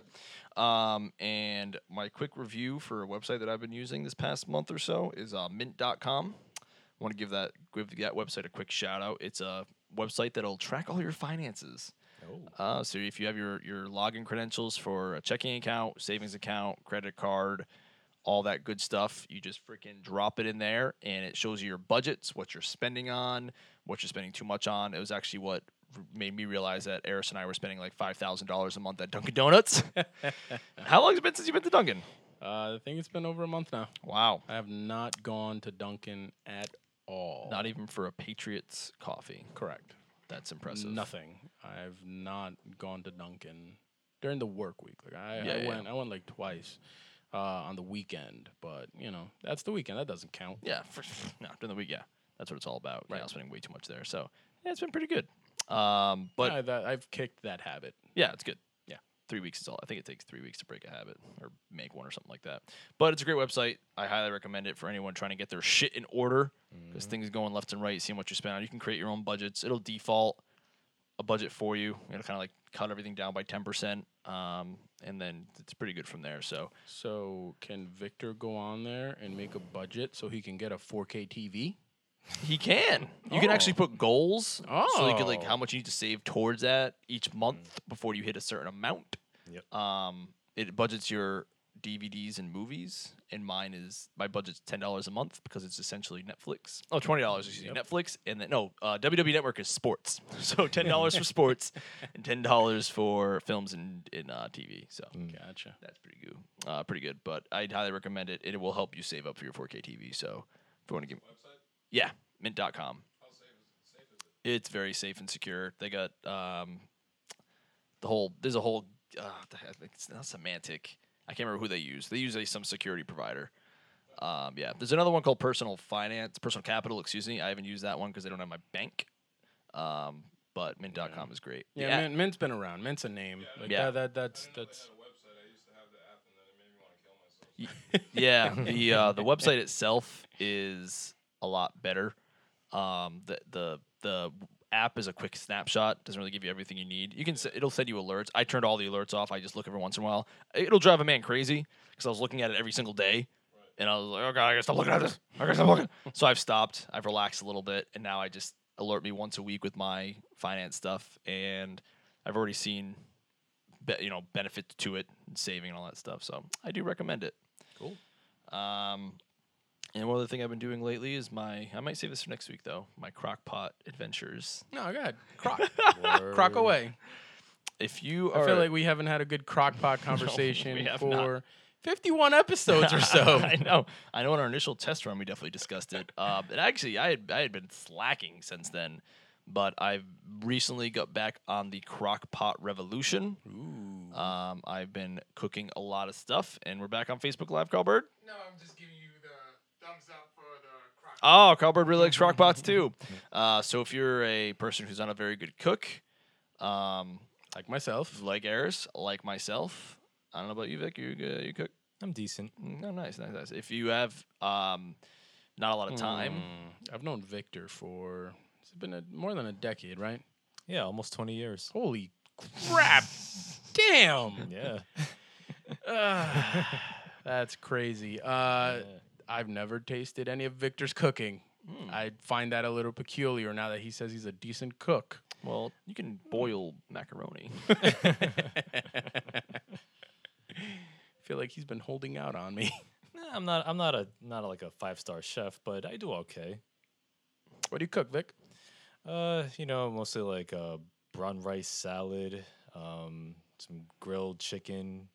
Um, and my quick review for a website that I've been using this past month or so is uh, mint.com. I want to give that give that website a quick shout out. It's a website that'll track all your finances. Uh, so if you have your your login credentials for a checking account, savings account, credit card, all that good stuff, you just freaking drop it in there, and it shows you your budgets, what you're spending on, what you're spending too much on. It was actually what r- made me realize that Eris and I were spending like five thousand dollars a month at Dunkin' [LAUGHS] Donuts. How long has it been since you've been to Dunkin'? Uh, I think it's been over a month now. Wow, I have not gone to Dunkin' at all. not even for a Patriots coffee. correct. That's impressive. Nothing. I've not gone to Dunkin' during the work week. Like I, Yeah, I yeah. went, I went like twice uh, on the weekend, but you know that's the weekend. That doesn't count. Yeah, for, no, during the week. Yeah, that's what it's all about. Yeah, I was spending way too much there, so yeah, it's been pretty good. Um, but I, that, I've kicked that habit. Yeah, it's good. Yeah. Three weeks is all. I think it takes three weeks to break a habit or make one or something like that. But it's a great website. I highly recommend it for anyone trying to get their shit in order because things going left and right, seeing what you spend on. You can create your own budgets. It'll default a budget for you. It'll kind of like cut everything down by 10%. Um, and then it's pretty good from there. So So can Victor go on there and make a budget so he can get a 4K TV? he can. You can actually put goals. So you can like Oh. how much you need to save towards that each month before you hit a certain amount. Yep. Um, it budgets your DVDs and movies, and mine is my budget's ten dollars a month because it's essentially Netflix. Oh, twenty dollars, excuse me, Netflix, and then no, uh, WWE Network is sports, [LAUGHS] so ten dollars for sports, and ten dollars for films and in uh, TV. So Gotcha. that's pretty good, uh, pretty good. But I'd highly recommend it, and it will help you save up for your 4K TV. So if you want to give, yeah, Mint.com. It's very safe and secure. They got um, the whole there's a whole uh, the heck, it's not semantic. I can't remember who they use. They use a, some security provider. Um, yeah, there's another one called Personal Finance, Personal Capital. Excuse me, I haven't used that one because they don't have my bank. Um, but Mint.com is great. Yeah, The app- Mint, Mint's been around. Mint's a name. Like Yeah. That, that, that's that's. I had a website. I used to have the app, and then it made me want to kill myself. yeah the uh, the website itself is a lot better um the the the app is a quick snapshot doesn't really give you everything you need you can s- it'll send you alerts i turned all the alerts off i just look every once in a while it'll drive a man crazy because i was looking at it every single day and i was like oh god i gotta stop looking at this i gotta stop looking so i've stopped i've relaxed a little bit and now i just alert me once a week with my finance stuff and i've already seen be, you know benefits to it and saving and all that stuff so i do recommend it um, and one other thing I've been doing lately is my I might save this for next week though my crockpot adventures. No, go ahead. [LAUGHS] Croc. croc away. If you I are, feel like we haven't had a [LAUGHS] good crockpot conversation have for not. 51 episodes [LAUGHS] or so. I know, I know. In our initial test run, we definitely discussed it. Um, and actually, I had I had been slacking since then, but I've recently got back on the crockpot revolution. Ooh. Um, I've been cooking a lot of stuff, and we're back on Facebook Live, Carlbird. No, I'm just giving you the thumbs up for the crock. Oh, Carlbird really likes crock pots [LAUGHS] too. Uh, so if you're a person who's not a very good cook, um, like myself. like Eris, like myself. I don't know about you, Vic. You uh, you cook? I'm decent. No, nice, nice, nice. If you have um, not a lot of Hmm, time, I've known Victor for it's been a, more than a decade, right? Yeah, almost 20 years. Holy [LAUGHS] crap! Damn, Yeah. that's crazy. Uh, I've never tasted any of Victor's cooking. Hmm. I find that a little peculiar now that he says he's a decent cook. well, you can boil [LAUGHS] macaroni. I [LAUGHS] feel like he's been holding out on me. [LAUGHS] Nah, I'm not. I'm not a not like a five star chef, but I do okay. what do you cook, Vic? Uh, you know, mostly like uh, brown rice salad, um, some grilled chicken,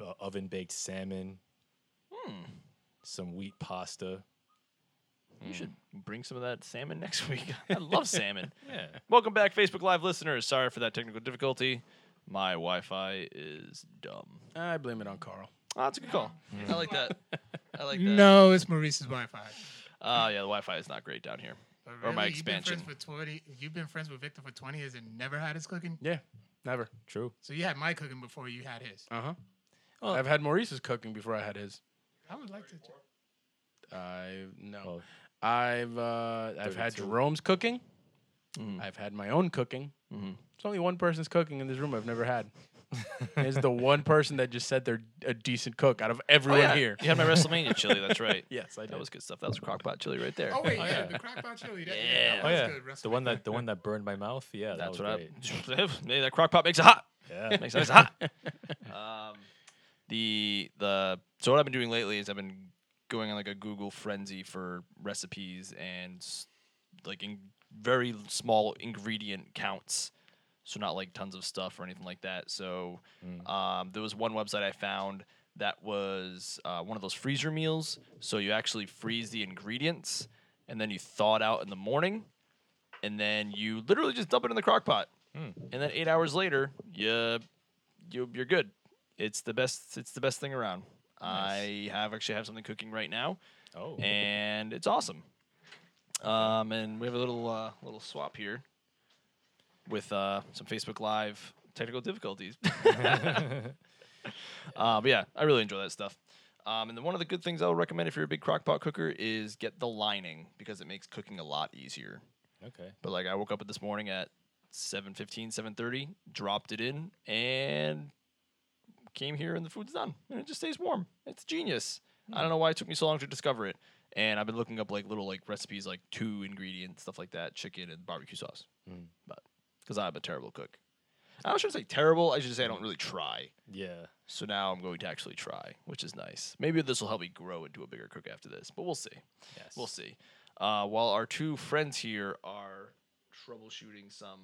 uh, oven baked salmon, Hmm. some wheat pasta. Hmm. You should bring some of that salmon next [LAUGHS] week. I love [LAUGHS] salmon. Yeah. Welcome back, Facebook Live listeners. Sorry for that technical difficulty. My Wi-Fi is dumb. I blame it on Carl. Oh, that's a good call. I like that. I like that. [LAUGHS] No, it's Maurice's Wi-Fi. Uh, yeah, the Wi-Fi is not great down here. But Or my really, you've been friends expansion. for 20 You've been friends with Victor for 20 years and never had his cooking? Yeah, never. True. So you had my cooking before you had his. Uh huh. I've had Maurice's cooking before I had his. I would like to. I no. Well, I've uh, I've had 32. Jerome's cooking. Mhm. I've had my own cooking. Mhm. It's only one person's cooking in this room I've never had. [LAUGHS] And it's the one person that just said they're a decent cook out of everyone Oh, yeah. here. You had my [LAUGHS] WrestleMania chili. That's right. [LAUGHS] Yes, I That was good stuff. That was crockpot chili right there. Oh wait, yeah, yeah. the crockpot chili. That, Yeah. that oh was yeah, good. the one that the one that burned my mouth. Yeah, that that's was what [LAUGHS] great. I. Hey, that crockpot makes it hot. Yeah. Makes it nice and hot. [LAUGHS] Um, the the so what I've been doing lately is I've been going on like a Google frenzy for recipes and s- like in very small ingredient counts. So not like tons of stuff or anything like that. So um, there was one website I found that was uh, one of those freezer meals. So you actually freeze the ingredients and then you thaw it out in the morning, and then you literally just dump it in the crock pot. And then eight hours later, you you you're good. It's the best. It's the best thing around. I have actually have something cooking right now, [LAUGHS] oh. and it's awesome. Um, and we have a little uh, little swap here with uh, some Facebook Live technical difficulties. [LAUGHS] uh, but yeah, I really enjoy that stuff. Um, and then one of the good things I would recommend if you're a big crockpot cooker is get the lining because it makes cooking a lot easier. [LAUGHS] okay. But like I woke up this morning at 7:15, 7:30, dropped it in and came here and the food's done. And it just stays warm. It's genius. I don't know why it took me so long to discover it. And I've been looking up like little like recipes like two ingredients stuff like that, chicken and barbecue sauce. But cuz I'm a terrible cook. I shouldn't say terrible, I should say I don't really try. Yeah. So now I'm going to actually try, which is nice. Maybe this will help me grow into a bigger cook after this, but we'll see. Yes. We'll see. Uh, while our two friends here are troubleshooting [LAUGHS] some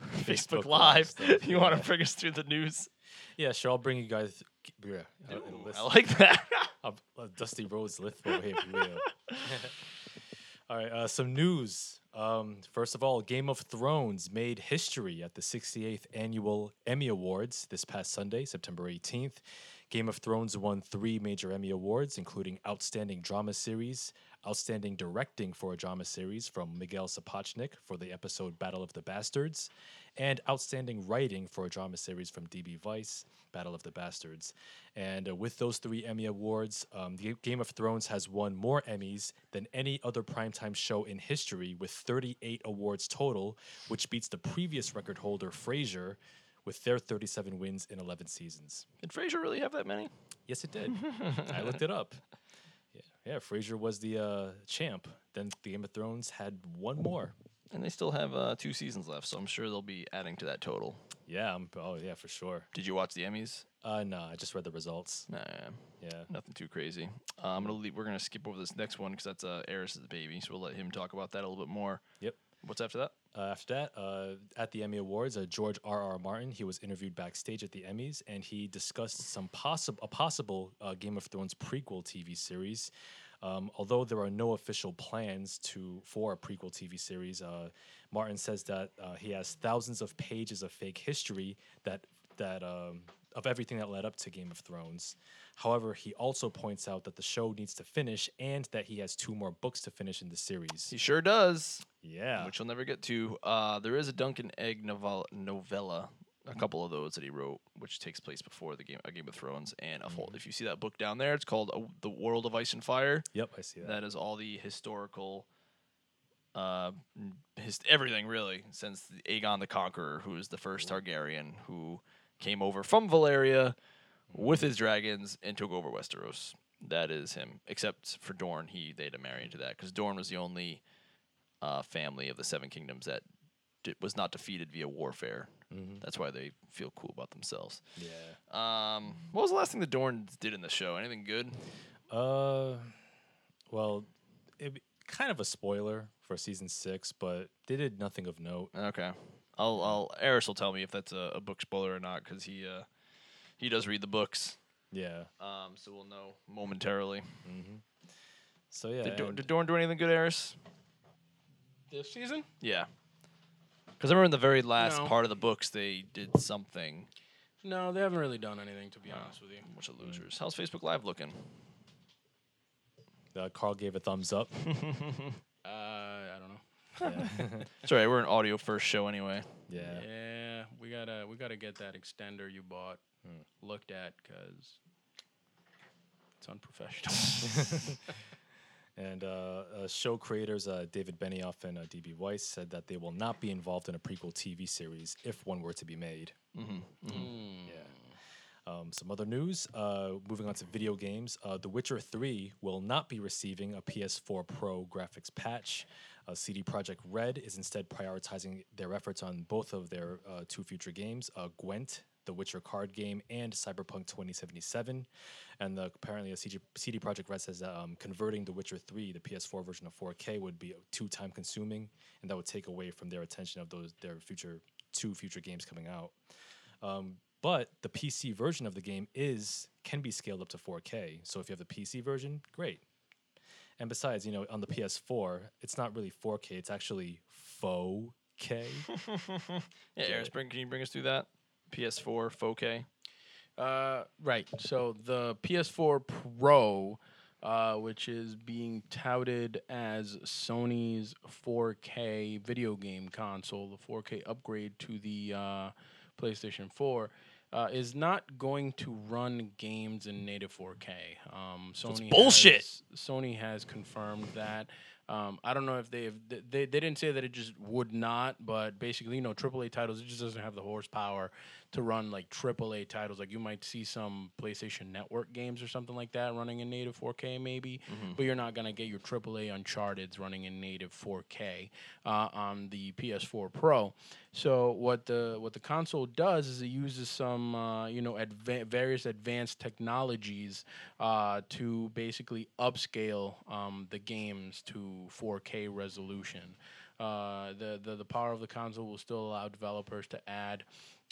Facebook, Live, Facebook Live stuff, [LAUGHS] you want yeah. to bring us through the news? Yeah. Sure. I'll bring you guys. Yeah. I'll- and Ooh, I listen. like [LAUGHS] that. I'll- I'll uh, Dusty Rhodes Lithgow here for real. [LAUGHS] all right. Uh, some news. Um, first of all, Game of Thrones made history at the 68th annual Emmy Awards this past Sunday, September 18th. Game of Thrones won three major Emmy Awards, including Outstanding Drama Series, Outstanding Directing for a Drama Series from Miguel Sapochnik for the episode Battle of the Bastards, and Outstanding Writing for a Drama Series from DB Weiss, Battle of the Bastards. And uh, with those three Emmy Awards, um, the Game of Thrones has won more Emmys than any other primetime show in history, with 38 awards total, which beats the previous record holder, Frasier, with their 37 wins in 11 seasons. Did Frasier really have that many? Yes, it did. I looked it up. Yeah, yeah. Frasier was the uh, champ. Then the Game of Thrones had one more. And they still have uh, two seasons left, so I'm sure they'll be adding to that total. Yeah. I'm, oh, yeah, for sure. Did you watch the Emmys? Uh, no, I just read the results. Nah, Yeah. nothing too crazy. Uh, I'm gonna leave, we're gonna skip over this next one because that's uh, Eris' baby, so we'll let him talk about that a little bit more. Yep. What's after that? Uh, after that, uh, at the Emmy Awards, uh, George R. R. Martin he was interviewed backstage at the Emmys, and he discussed some possible a possible uh, Game of Thrones prequel TV series. Um, although there are no official plans to for a prequel TV series, uh, Martin says that uh, he has thousands of pages of fake history that that um, of everything that led up to Game of Thrones. However, he also points out that the show needs to finish, and that he has two more books to finish in the series. He sure does. Yeah. which you'll never get to. Uh, there is a Duncan Egg novella, novella, a couple of those that he wrote, which takes place before the game, a Game of Thrones, and a full. If you see that book down there, it's called a, "The World of Ice and Fire." Yep, I see that. That is all the historical, uh, n- his everything really since the Aegon the Conqueror, who is the first Targaryen who came over from Valeria with his dragons and took over Westeros. That is him, except for Dorne. He they had to marry into that because Dorne was the only uh, family of the Seven Kingdoms that di- was not defeated via warfare. That's why they feel cool about themselves. Yeah. Um, what was the last thing the Dorns did in the show? Anything good? Uh, well, it kind of a spoiler for season six, but they did nothing of note. Okay. I'll I'll Eris will tell me if that's a, a book spoiler or not because he uh, He does read the books, Yeah. um, so we'll know momentarily. So yeah. Did, Dor- and- did Dorn do anything good, Eris? This season? Yeah. Because I remember in the very last No. part of the books, they did something. No, they haven't really done anything to be honest with you. Bunch of losers. How's Facebook Live looking? uh, Carl gave a thumbs up. Uh, I don't know. yeah. Sorry, we're an audio first show anyway. yeah. Yeah, we gotta we gotta get that extender you bought looked at because it's unprofessional. And uh, uh, show creators uh, David Benioff and uh, DB Weiss said that they will not be involved in a prequel TV series if one were to be made. Yeah. Um, some other news. Uh, moving on to video games, uh, The Witcher 3 will not be receiving a PS4 Pro graphics patch. Uh, CD Projekt Red is instead prioritizing their efforts on both of their uh, two future games, uh, Gwent, The Witcher card game, and Cyberpunk 2077. And the, apparently, a CG, CD Projekt Red says that um, converting The Witcher 3, the PS4 version of 4K, would be too time consuming, and that would take away from their attention of those their future two future games coming out. Um, but the PC version of the game is can be scaled up to 4K. So if you have the PC version, great. And besides, you know, on the PS4, it's not really 4K. It's actually faux [LAUGHS] K. Yeah, Eris, bring, can you bring us through that? PS4, 4K. Uh, right. So the PS4 Pro, uh, which is being touted as Sony's 4K video game console, the 4K upgrade to the uh, PlayStation 4. Uh, is not going to run games in native 4K. Um, Sony bullshit. has- Sony has confirmed that. Um, I don't know if they, have, they they didn't say that it just would not, but basically, you know, AAA titles it just doesn't have the horsepower to run like AAA titles. Like you might see some PlayStation Network games or something like that running in native 4K maybe, but you're not gonna get your AAA Uncharted's running in native 4K uh, on the PS4 Pro. So what the what the console does is it uses some uh, you know adva- various advanced technologies uh, to basically upscale um, the games to 4K resolution. Uh, the, the the power of the console will still allow developers to add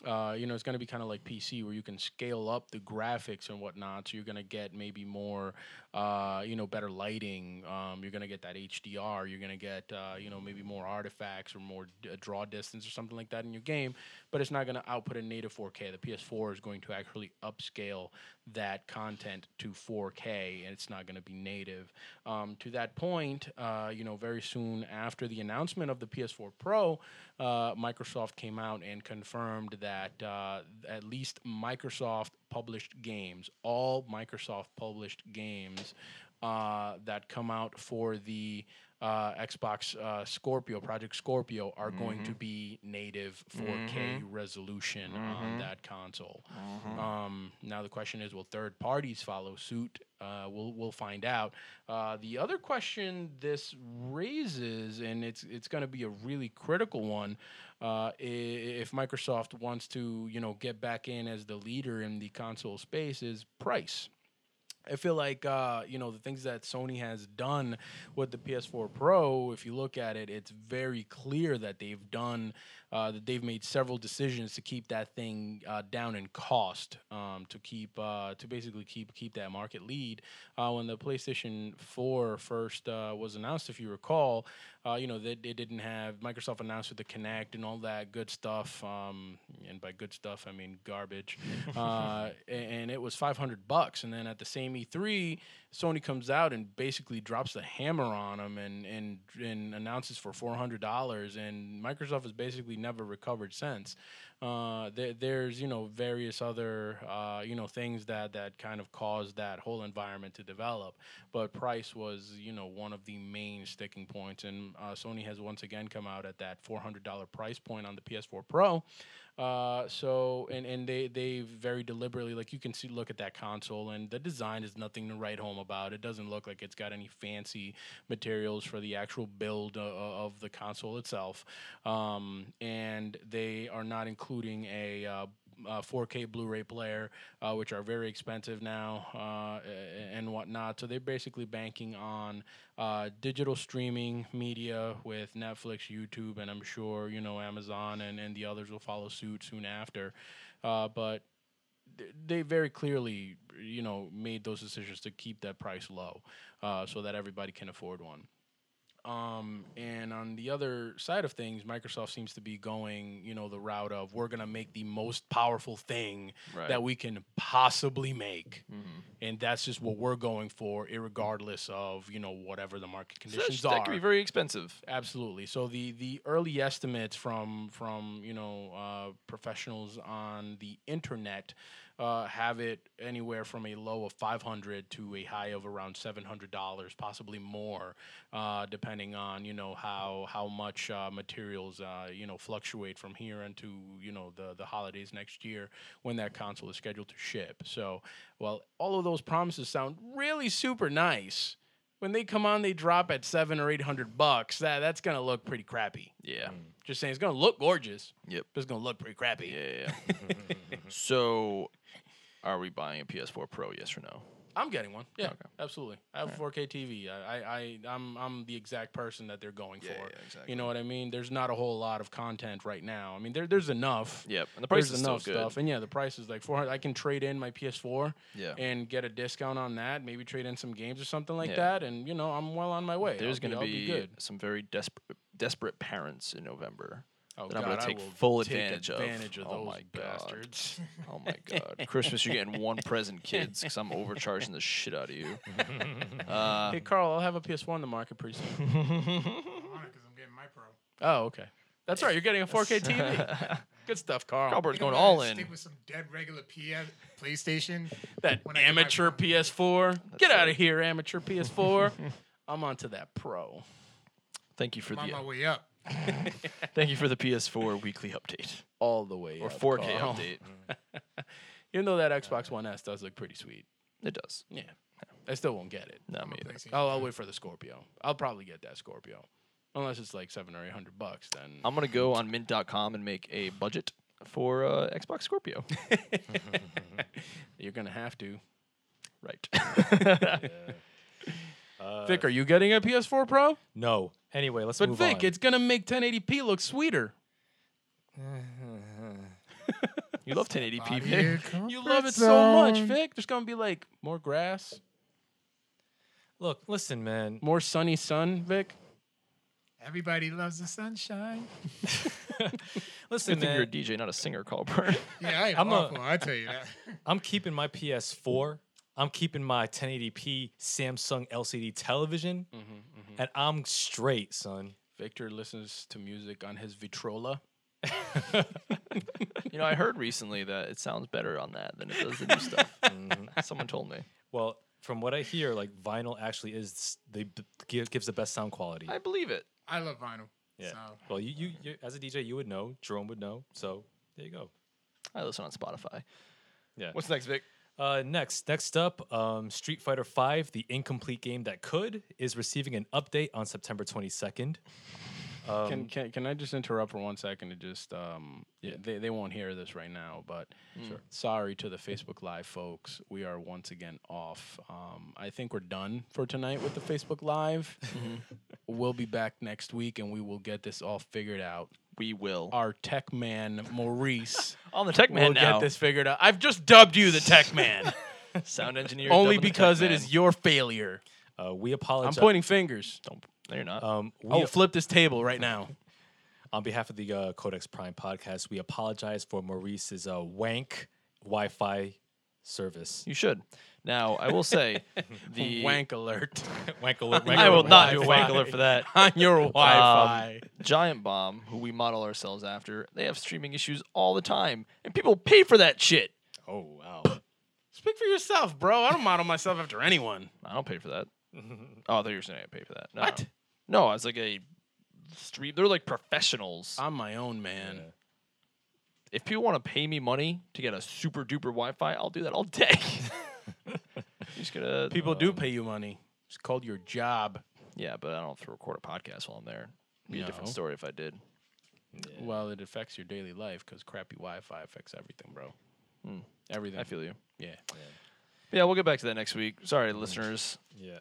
uh, you know, it's going to be kind of like PC where you can scale up the graphics and whatnot. So you're going to get maybe more, uh, you know, better lighting. Um, you're going to get that HDR. You're going to get, uh, you know, maybe more artifacts or more d- uh, draw distance or something like that in your game. But it's not going to output in native 4K. The PS4 is going to actually upscale that content to 4K and it's not going to be native. Um, to that point, uh, you know, very soon after the announcement of the PS4 Pro, uh, Microsoft came out and confirmed that uh, at least Microsoft published games, all Microsoft published games uh, that come out for the uh, Xbox uh, Scorpio, Project Scorpio, are going to be native 4K resolution on that console. Mm-hmm. Um, now the question is, will third parties follow suit? Uh, we'll we'll find out. Uh, the other question this raises, and it's it's going to be a really critical one, uh, i- if Microsoft wants to you know get back in as the leader in the console space, is price. I feel like uh, you know the things that Sony has done with the PS4 Pro. If you look at it, it's very clear that they've done uh, that they've made several decisions to keep that thing uh, down in cost, um, to keep uh, to basically keep keep that market lead. Uh, when the PlayStation 4 first uh, was announced, if you recall, uh, you know they, they didn't have Microsoft announced with the Kinect and all that good stuff. Um, and by good stuff, I mean garbage. [LAUGHS] uh, a- and it was 500 bucks. And then at the same E3, Sony comes out and basically drops the hammer on them and and and announces for $400. And Microsoft has basically never recovered since. Uh, there, there's you know various other uh, you know things that that kind of caused that whole environment to develop, but price was you know one of the main sticking points, and uh, Sony has once again come out at that four hundred dollar price point on the PS4 Pro. Uh, so and and they they very deliberately like you can see look at that console and the design is nothing to write home about. It doesn't look like it's got any fancy materials for the actual build uh, of the console itself, um, and they are not including a. Uh, uh, 4K Blu-ray player, uh, which are very expensive now, uh, a- and whatnot. So they're basically banking on uh, digital streaming media with Netflix, YouTube, and I'm sure you know Amazon and, and the others will follow suit soon after. Uh, but th- they very clearly, you know, made those decisions to keep that price low, uh, so that everybody can afford one. Um, and on the other side of things, Microsoft seems to be going, you know, the route of we're gonna make the most powerful thing Right. that we can possibly make, Mhm. and that's just what we're going for, irregardless of you know whatever the market So that, conditions sh- that are. could be very expensive. Absolutely. So the the early estimates from from you know uh, professionals on the internet uh, have it anywhere from a low of five hundred to a high of around seven hundred dollars, possibly more, uh, depending on you know how how much uh, materials uh, you know fluctuate from here into you know the the holidays next year when that console is scheduled to ship. So while all of those promises sound really super nice when they come on, they drop at seven or eight hundred bucks. That that's gonna look pretty crappy. Yeah. Just saying, it's gonna look gorgeous. Yep. but it's gonna look pretty crappy. Yeah. yeah, yeah. [LAUGHS] so, are we buying a PS4 Pro? Yes or no? I'm getting one. Yeah, Okay. absolutely. I have a 4K TV. I, I, I, I'm, I'm the exact person that they're going Yeah, for. yeah, exactly. You know what I mean? There's not a whole lot of content right now. I mean, there, there's enough. Yep. And the price there's is still enough good. stuff, and yeah, the price is like 400. I can trade in my PS4 Yeah. and get a discount on that. Maybe trade in some games or something like Yeah. that, and you know, I'm well on my way. There's going to be, good. some very desperate desperate parents in November. Oh that I'm gonna I take will full take advantage of. advantage of. Oh those my God. [LAUGHS] bastards. [LAUGHS] Oh my God! Christmas, you're getting one present, kids, because I'm overcharging the shit out of you. Uh, [LAUGHS] Hey Carl, I'll have a PS1 in the market pretty [LAUGHS] soon. because I'm getting my pro. oh, okay. That's right. You're getting a 4K [LAUGHS] TV. Good stuff, Carl. Albert's You know going what, all I'd in. Stick with some dead regular PS PlayStation. that when I get my amateur phone. PS4. Get out right. of here, amateur [LAUGHS] PS4. I'm onto that pro. Thank you for I'm on the my way up. thank you for the PS4 weekly update All the way or up, 4K Carl. update. Even though that Xbox One S does look pretty sweet. It does. Yeah. I still won't get it. Not I'm me. a Either. PlayStation. I'll, I'll wait for the Scorpio. I'll probably get that Scorpio. Unless it's like seven or eight hundred bucks, then I'm gonna go on Mint.com and make a budget for uh, Xbox [LAUGHS] Scorpio. you're gonna have to. right. [LAUGHS] Uh, Vic, are you getting a PS4 Pro? No. Anyway, let's But move Vic, on. it's gonna make 1080p look sweeter. You love 1080p. Body Vic. of comfort You love it so much, zone. Vic. There's gonna be like more grass, Look, listen, man. more sunny sun, Vic. Everybody loves the sunshine. Listen, Good thing you're a man. DJ, not a singer, Colbert. Yeah, I am I'm a- awful. I tell you that. I'm keeping my PS4. I'm keeping my 1080p Samsung LCD television, Mm-hmm, and I'm straight, son. Victor listens to music on his Vitrola. [LAUGHS] you know, I heard recently that it sounds better on that than it does the new [LAUGHS] stuff. Someone told me. Well, from what I hear, like vinyl actually is s- the b- gi- gives the best sound quality. I believe it. I love vinyl. yeah. So Well, you, you you as a DJ, you would know. Jerome would know. So there you go. I listen on Spotify. Yeah. What's next, Vic? Uh, next, next up, um, Street Fighter V, the incomplete game that could, is receiving an update on September 22nd. Um, Can, can can I just interrupt for one second to just um they, they won't hear this right now, but Mm. sorry to the Facebook Live folks. We are once again off. Um, I think we're done for tonight with the Facebook Live. Mm-hmm. we'll be back next week and we will get this all figured out. We will. Our tech man [LAUGHS] Maurice on the Tech Man will now. get this figured out. I've just dubbed you the tech [LAUGHS] man. [LAUGHS] Sound engineer. only dubbing the because Tech it Man. is your failure. uh, we I'm apologize. pointing Oh. fingers. Oh, Don't. No, you're not. Um, we, I will flip this table [LAUGHS] right now. on behalf of the uh, Codex Prime podcast, we apologize for Maurice's uh, wank Wi-Fi service. you should. Now, I will [LAUGHS] say the Wank alert. [LAUGHS] wank [LAUGHS] alert, wank I will alert, Um, not do a Wi-Fi. wank alert for that. on your Wi-Fi. Um, Giant Bomb, who we model ourselves after, they have streaming issues all the time, and people pay for that shit. Oh wow. Speak for yourself, bro. I don't model myself after anyone. I don't pay for [LAUGHS] that. oh, I thought you were saying I pay for that. No. What? No, I was like a stream. They're like professionals. I'm my own man. if people want to pay me money to get a super duper Wi-Fi, I'll do that all [LAUGHS] day. just gonna People do pay you money. It's called your job. Yeah, but I don't have to record a podcast while I'm there. Be a different No. story if I did. Well, it affects your daily life because crappy Wi-Fi affects everything, bro. Everything. I feel you. yeah. Yeah, we'll get back to that next week. Sorry, listeners, Yeah.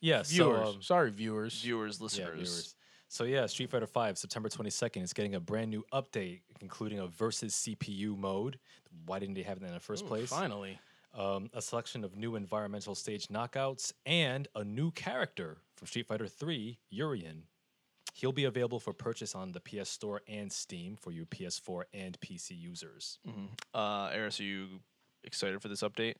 Yeah. Viewers. So, um, Sorry, viewers. viewers, Yeah, listeners. viewers. So yeah, Street Fighter V, September 22nd, is getting a brand new update, including a versus CPU mode, why didn't they have that in the first Ooh, place? Finally. Um, a selection of new environmental stage knockouts and a new character from Street Fighter III, Urien. He'll be available for purchase on the PS Store and Steam for you PS4 and PC users. Uh, Eris, are you excited for this update?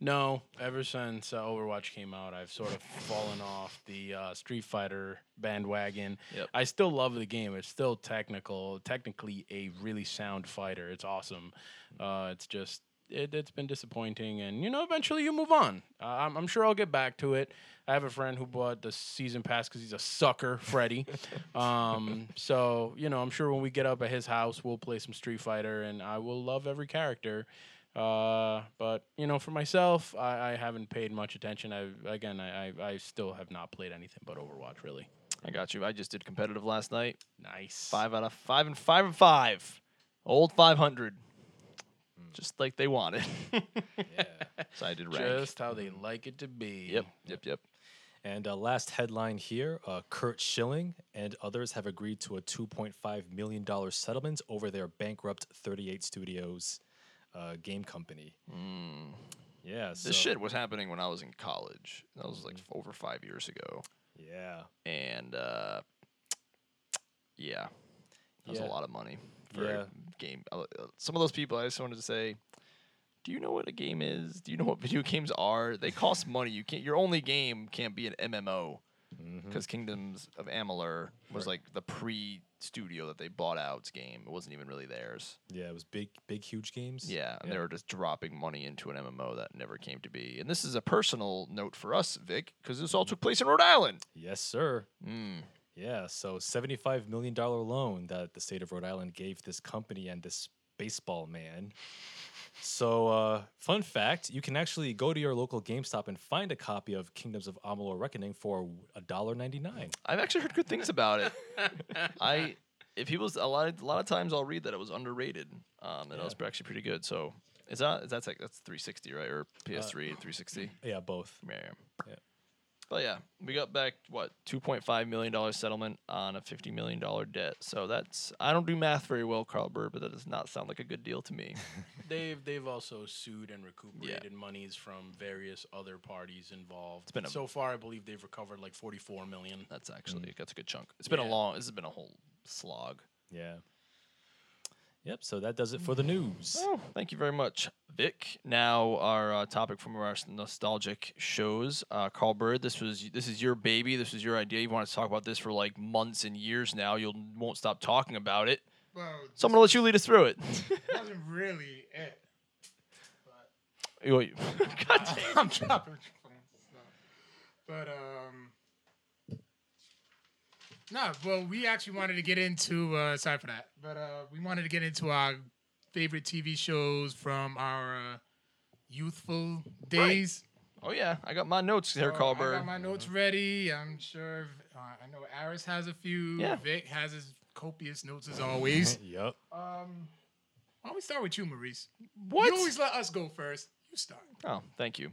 No, ever since uh, Overwatch came out, I've sort of fallen off the uh, Street Fighter bandwagon. Yep. I still love the game. It's still technical, technically a really sound fighter. It's awesome. Uh, it's just it, it's been disappointing, and you know, eventually you move on. Uh, I'm, I'm sure I'll get back to it. I have a friend who bought the season pass because he's a sucker, Freddy. um, so you know, I'm sure when we get up at his house, we'll play some Street Fighter, and I will love every character. Uh, but you know, for myself, I, I haven't paid much attention. I again, I, I I still have not played anything but Overwatch. Really I got you. I just did competitive last night. nice. Five out of five and five and five. Old 500. Just like they [LAUGHS] wanted. so I did rank. just how they like it to be. yep, yep, yep. And uh, last headline here uh, Kurt Schilling and others have agreed to a $2.5 million settlement over their bankrupt 38 Studios uh, game company. Yeah. Hmm. This so- shit was happening when I was in college. That was like f- over five years ago. Yeah. And uh, yeah, that was a Yeah. lot of money for Yeah. a game. uh, uh, Some of those people, I just wanted to say, do you know what a game is? Do you know what [LAUGHS] video games are? They cost money. You can't. Your only game can't be an MMO Mm-hmm. because Kingdoms of Amalur was like the pre-studio that they bought out's game. It wasn't even really theirs. Yeah. It was big, big, huge games. Yeah, and they were just dropping money into an MMO that never came to be. And this is a personal note for us, Vic, because this Mm-hmm. all took place in Rhode Island. Yes, sir. Mm. Yeah, so $75 million loan that the state of Rhode Island gave this company and this baseball man. So, uh, fun fact you can actually go to your local GameStop and find a copy of Kingdoms of Amalur Reckoning for $1.99. I've actually heard good things about it. I, if people, a lot, of, a lot of times I'll read that it was underrated, um, and it was actually pretty good. So is that is that's like that's 360 right or PS3 360? Yeah, both. Yeah. yeah. Yeah. But yeah, we got back what 2.5 million dollar settlement on a 50 million dollar debt. So that's I don't do math very well, Carl Burr, but that does not sound like a good deal to me. They've they've also sued and recuperated monies from various other parties involved. been a- so far, I believe they've recovered like forty four million. That's actually that's a good chunk. It's been a Yeah. long. This has been a whole slog. Yeah. Yep, so that does it for the news. Oh, thank you very much, Vic. Now our uh, topic from our s- nostalgic shows, uh, Carl Bird. This was this is your baby. This was your idea. You wanted to talk about this for like months and years now. You won't stop talking about it. Well, So I'm gonna let you lead us through it. [LAUGHS] that wasn't really it. You- you- God damn. [LAUGHS] I'm dropping stuff. But um No, well we actually wanted to get into uh sorry for that. But uh we wanted to get into our favorite TV shows from our uh, youthful days. oh yeah, I got my notes here, So Carl I Bird. got my notes ready. I'm sure uh, I know Aris has a few. Yeah. Vic has his copious notes as always. Yep. um why don't we start with you, Maurice? Uh-huh. What? You always let us go first. You start. Oh, thank you.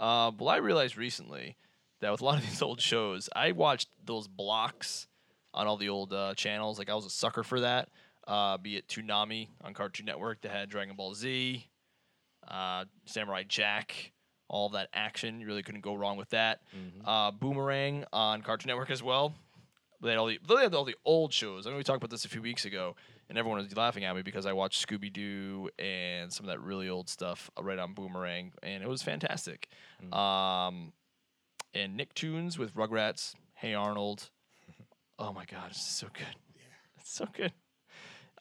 Uh, well, I realized recently that with a lot of [LAUGHS] these old shows, I watched those blocks on all the old uh, channels. Like I was a sucker for that. Uh, be it Toonami on Cartoon Network that had Dragon Ball Z, uh, Samurai Jack, all that action. You really couldn't go wrong with that. Uh, Boomerang on Cartoon Network as well. They had all the they had all the old shows. I know we talked about this a few weeks ago, and everyone was laughing at me because I watched Scooby Doo and some of that really old stuff uh, right on Boomerang, and it was fantastic. Um, and Nicktoons with Rugrats, Hey Arnold. Oh my God, it's so good. It's so good.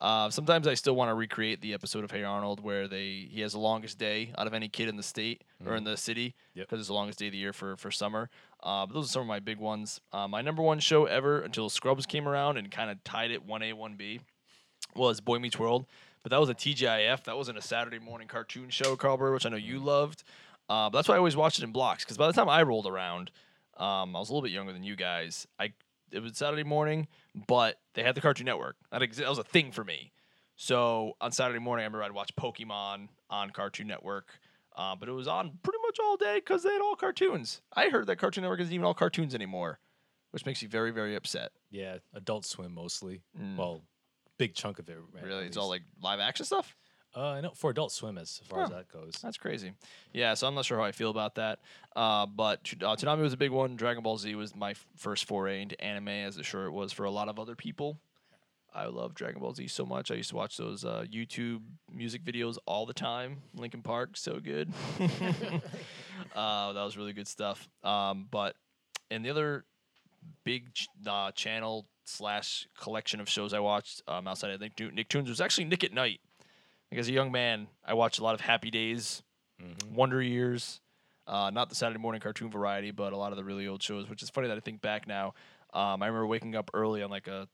Uh, sometimes I still want to recreate the episode of Hey Arnold where they he has the longest day out of any kid in the state or in the city because Yep. it's the longest day of the year for for summer. Uh, but those are some of my big ones. Uh, my number one show ever until Scrubs came around and kind of tied it one A one B was Boy Meets World, but that was a TGIF. That wasn't a Saturday morning cartoon show, Carl Burr, which I know you loved. Uh, but that's why I always watched it in blocks because by the time I rolled around, um, I was a little bit younger than you guys. I it was Saturday morning, but they had the Cartoon Network. That, ex- that was a thing for me. So on Saturday morning, I remember I'd watch Pokemon on Cartoon Network, uh, but it was on pretty much all day because they had all cartoons. I heard that Cartoon Network isn't even all cartoons anymore, which makes me very very upset. Yeah, Adult Swim mostly. Well, big chunk of it. at Mm. Really, it's all least. like live action stuff. Uh, no, for Adult Swim, as far as Huh. that goes. That's crazy. Yeah, so I'm not sure how I feel about that. Uh, but Tsu- uh, Tsunami was a big one. Dragon Ball Z was my f- first foray into anime, as I'm sure it was for a lot of other people. I love Dragon Ball Z so much. I used to watch those uh, YouTube music videos all the time. Linkin Park, so good. [LAUGHS] uh, that was really good stuff. Um, but and the other big ch- uh, channel slash collection of shows I watched um, outside of Nick- Nicktoons was actually Nick at Night. Like as a young man, I watched a lot of Happy Days, Wonder Years, uh, not the Saturday morning cartoon variety, but a lot of the really old shows. Which is funny that I think back now. Um, I remember waking up early on like a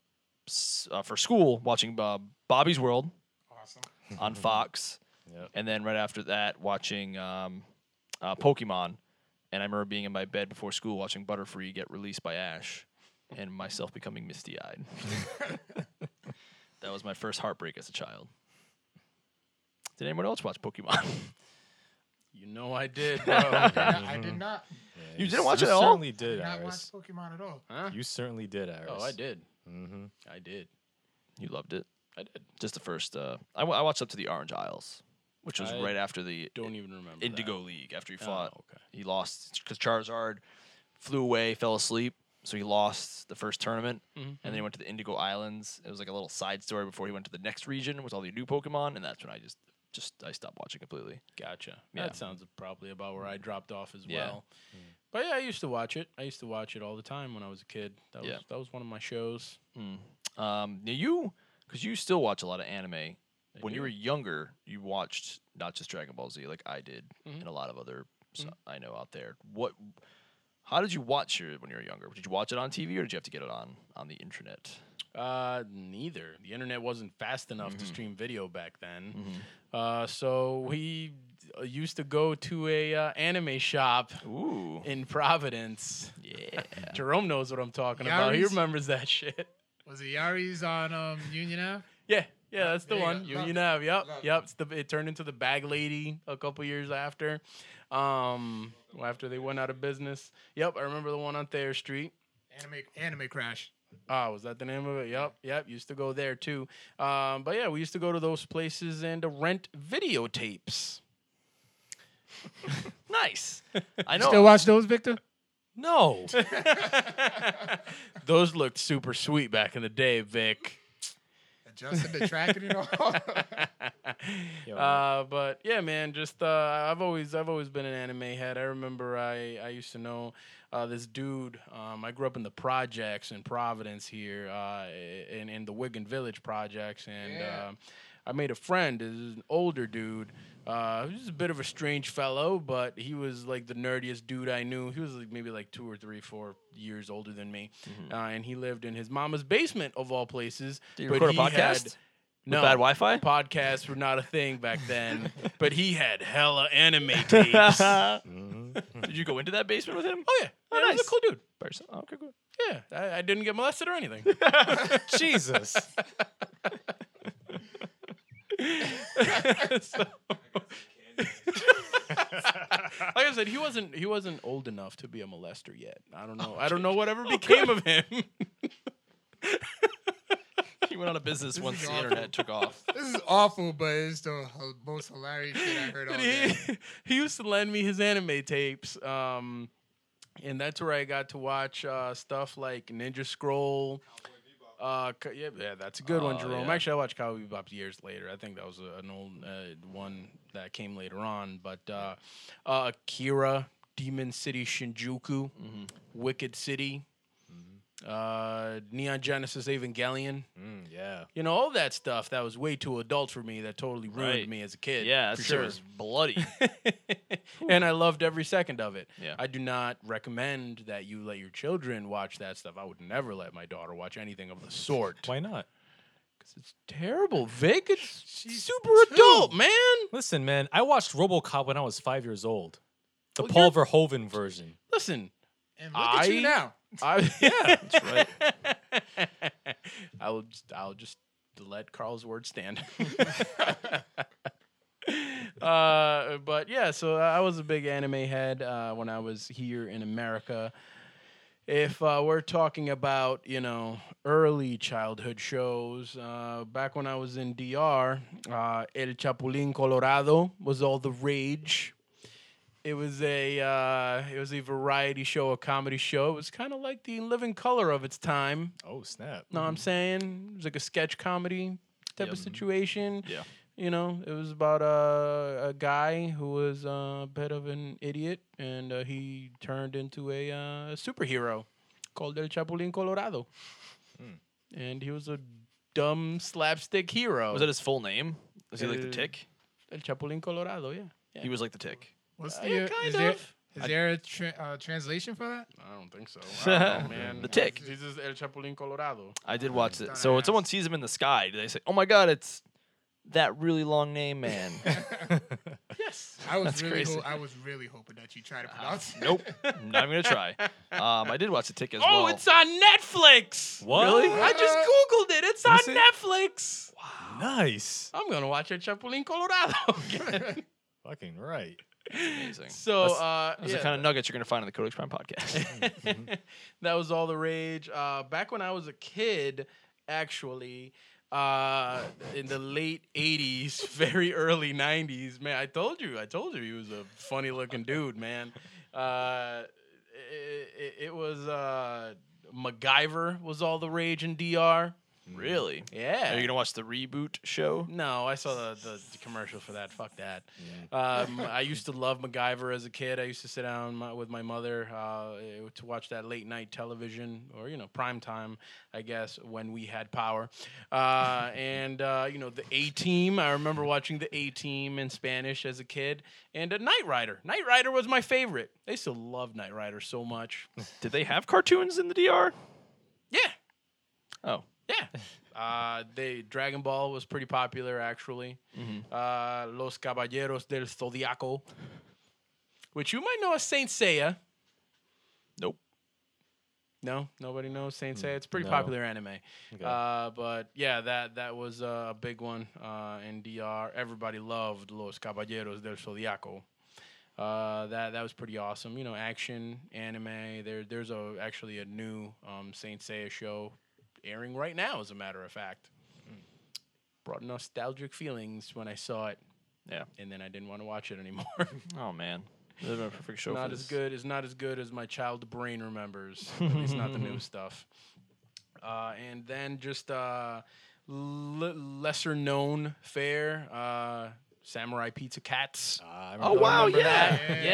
s- uh, for school watching uh, Bobby's World Awesome. on Fox, Yep. and then right after that watching um, uh, Pokemon. And I remember being in my bed before school watching Butterfree get released by Ash, and myself becoming misty-eyed. [LAUGHS] that was my first heartbreak as a child. Did anyone else watch [LAUGHS] Pokemon? You know [LAUGHS] I did, Oh, bro. Uh-huh. Yeah, I did not, Yeah, You s- didn't watch you it at all? Certainly did did, not watch Iris. Pokemon at all. huh? You certainly did, Iris. [LAUGHS] Oh, I did. Mm-hmm. I did. you loved it. I did. Just the first. Uh, I, wa- I watched up to the Orange Isles, which was I right after the Don't even remember. Indigo League. After he That. Oh, fought, okay. he lost because Charizard flew away, fell asleep, so he lost the first tournament, Mm-hmm, and then he went to the Indigo Islands. It was like a little side story before he went to the next region with all the new Pokemon, and that's when I just just I stopped watching completely. Gotcha. Yeah. That sounds probably about where I dropped off as Yeah. well. But yeah, I used to watch it. I used to watch it all the time when I was a kid. That was Yeah. that was one of my shows. Um, now you, because you still watch a lot of anime. when you do. were younger, you watched not just Dragon Ball Z, like I did, and a lot of other s- I know out there. What? How did you watch your when you were younger? Did you watch it on TV or did you have to get it on on the internet? Uh, neither. The internet wasn't fast enough Mm-hmm. to stream video back then. Uh, so we uh, used to go to a uh, anime shop Ooh, in Providence. yeah. Jerome knows what I'm talking about. He Yaris? remembers that [LAUGHS] shit. Was it Yari's on um, Union Ave? Yeah, yeah, that's the there you one. go. You, Love you it. know, yep, Love it. yep. It's the, it turned into the bag lady a couple years after, um, after they went out of business. Yep, I remember the one on Thayer Street. Anime, anime Crash. Ah, was that the name of it? Yep, yep. Used to go there too. Um, but yeah, we used to go to those places and to rent videotapes. [LAUGHS] [LAUGHS] Nice. I know. [LAUGHS] Still watch those, Victor? No. Those looked super sweet back in the day, Vic. Adjusted the tracking [LAUGHS] and all. Yo, Uh, but yeah, man, just uh, I've always I've always been an anime head. I remember I, I used to know uh, this dude. Um, I grew up in the projects in Providence here, uh, in in the Wigan Village projects, and Yeah. um, I made a friend. This is an older dude. Uh, he was a bit of a strange fellow, but he was like the nerdiest dude I knew. He was like maybe like two or three, four years older than me, uh, and he lived in his mama's basement of all places. Did Mm-hmm. you but record a he had- podcast? With bad Wi-Fi? Podcasts were not a thing back then, but he had hella anime [LAUGHS] tapes. oh did you go into that basement with him? yeah, Oh, yeah, he's a nice. cool dude. Person. Oh, okay, good. Yeah, I, I didn't get molested or anything. Jesus. So- like I said, he wasn't he wasn't old enough to be a molester yet. I don't know. I don't know whatever became of him. [LAUGHS] He went out of business once the awful. internet took off. This is awful, but it's the h- most hilarious shit I heard all But day. he, [LAUGHS] he used to lend me his anime tapes. Um, and that's where I got to watch uh, stuff like Ninja Scroll. Uh, c- yeah, yeah, that's a good one, Oh, Jerome. yeah. Actually, I watched Cowboy Bebop years later. I think that was a, an old uh, one that came later on. But uh, uh, Akira, Demon City Shinjuku, Mm-hmm. Wicked City, uh, Neon Genesis Evangelion. [LAUGHS] Mm, yeah. You know, all that stuff that was way too adult for me that totally ruined Right. me as a kid. Yeah, for that shit sure. was bloody. and I loved every second of it. Yeah. I do not recommend that you let your children watch that stuff. I would never let my daughter watch anything of the sort. Why not? It's terrible, Vic. It's She's super adult, man. Listen, man, I watched RoboCop when I was five years old. The Paul Well, Verhoeven version. Listen, And look at I- you now. I yeah, That's right. I will just, I'll just let Carl's word stand. [LAUGHS] uh, but yeah, so I was a big anime head uh, when I was here in America. if uh, we're talking about you know early childhood shows, uh, back when I was in DR, uh, El Chapulín Colorado was all the rage. It was a uh, it was a variety show, a comedy show. It was kind of like the Living Color of its time. Oh snap! Know what I'm saying? It was like a sketch comedy type Yep. of situation. Yeah. You know, it was about a, a guy who was uh, a bit of an idiot and uh, he turned into a uh, superhero called El Chapulín Colorado. Hmm. And he was a dumb slapstick hero. Was that his full name? Is he like the Uh, Tick? El Chapulín Colorado, yeah. yeah. He was like the Tick. What's Uh, the yeah, uh, kind is there, of. is there a tra- uh, translation for that? I don't think [LAUGHS] so. I don't know, man. The Tick. This is El Chapulín Colorado. I did watch it. Don't So when ask. someone sees him in the sky, do they say, "Oh my God, it's that really long name, [LAUGHS] man"? Yes. I was That's really crazy. ho- I was really hoping that you Ah, try to pronounce. it. [LAUGHS] nope, not even gonna try. Um, I did watch the Tick as Oh, well. it's on Netflix. What? I just googled it. It's Is on it? Netflix. Nice. I'm gonna watch El Chapulín Colorado. [LAUGHS] again. Fucking right. amazing. so That's- uh, Those are yeah. the kind [LAUGHS] of nuggets you're gonna find in the Codex Prime podcast. [LAUGHS] Mm-hmm. that was all the rage. Uh, back when I was a kid, actually, uh, in the late '80s, [LAUGHS] very early '90s, man, I told you, I told you, he was a funny-looking dude, man. Uh, it, it, it was uh, MacGyver was all the rage in DR. really? Yeah. Are you gonna watch the reboot show? No, I saw the, the, the commercial for that. Fuck that. Um, I used to love MacGyver as a kid. I used to sit down my, with my mother uh, eh, to watch that late night television or, you know, prime time, I guess, when we had power. Uh, and, uh, you know, the A Team. I remember watching the A Team in Spanish as a kid. And uh, Knight Rider. Knight Rider was my favorite. I used to love Knight Rider so much. Did they have cartoons in the DR? Yeah. Oh, Yeah. Uh, they Dragon Ball was pretty popular actually. Uh, Los Caballeros del Zodiaco, which you might know as Saint Seiya. Nope. No, nobody knows Saint Seiya. It's a pretty Hmm. no. popular anime. Okay. Uh, but yeah, that that was uh, a big one uh, in DR. Everybody loved Los Caballeros del Zodiaco. Uh, that that was pretty awesome. You know, action anime. There there's a actually a new um, Saint Seiya show airing right now, as a matter of fact. Brought nostalgic feelings when I saw it. Yeah. And then I didn't want to watch it anymore. [LAUGHS] oh man, that'd been a perfect show. not for as this. good. It's not as good as my child brain remembers. At least not [LAUGHS] the new stuff. Uh, and then just uh, l- lesser known fare, uh, Samurai Pizza Cats. I Oh wow, Remember yeah. that? yeah,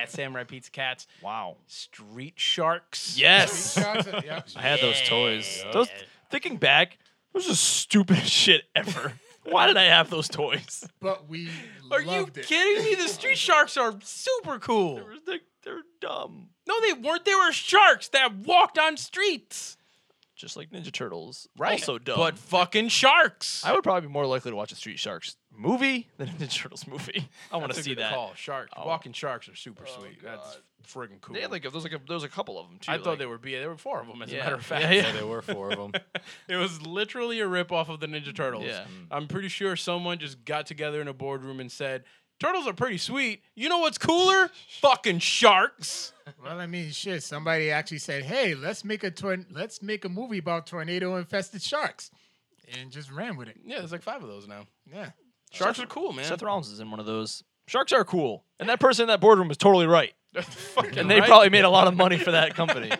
yeah, [LAUGHS] Samurai Pizza Cats. Wow. Street Sharks. Yes. Shots [LAUGHS] of- yeah. I had those toys. Those thinking back, those are stupid [LAUGHS] shit ever. Why did I have those toys? But we Are you loved it. kidding me? The [LAUGHS] Street Sharks are super cool. They were- They're, they're dumb. No, they weren't. They were sharks that walked on streets. Just like Ninja Turtles. Also dumb. But fucking sharks. I would probably be more likely to watch a Street Sharks movie than a Ninja Turtles movie. [LAUGHS] I want That's to a see good that. Call. Sharks. Oh. Walking sharks are super sweet. That's friggin' cool. They had like a- there's like a, there's a couple of them too. I thought there would be. There were four of them, as Yeah. a matter of fact. Yeah, yeah. there were four of them. it was literally a ripoff of the Ninja Turtles. Yeah. I'm pretty sure someone just got together in a boardroom and said, "Turtles are pretty sweet. You know [LAUGHS] what's cooler? Fucking sharks." Well, I mean, shit. Somebody actually said, "Hey, let's make a torn- let's make a movie about tornado infested sharks," and just ran with it. Yeah, there's like five of those now. Yeah. Sharks are cool, man. [LAUGHS] Seth Rollins is in one of those. Sharks are cool, and that person in that boardroom was totally right, Fucking and they right. probably made a lot of money for that [LAUGHS] company.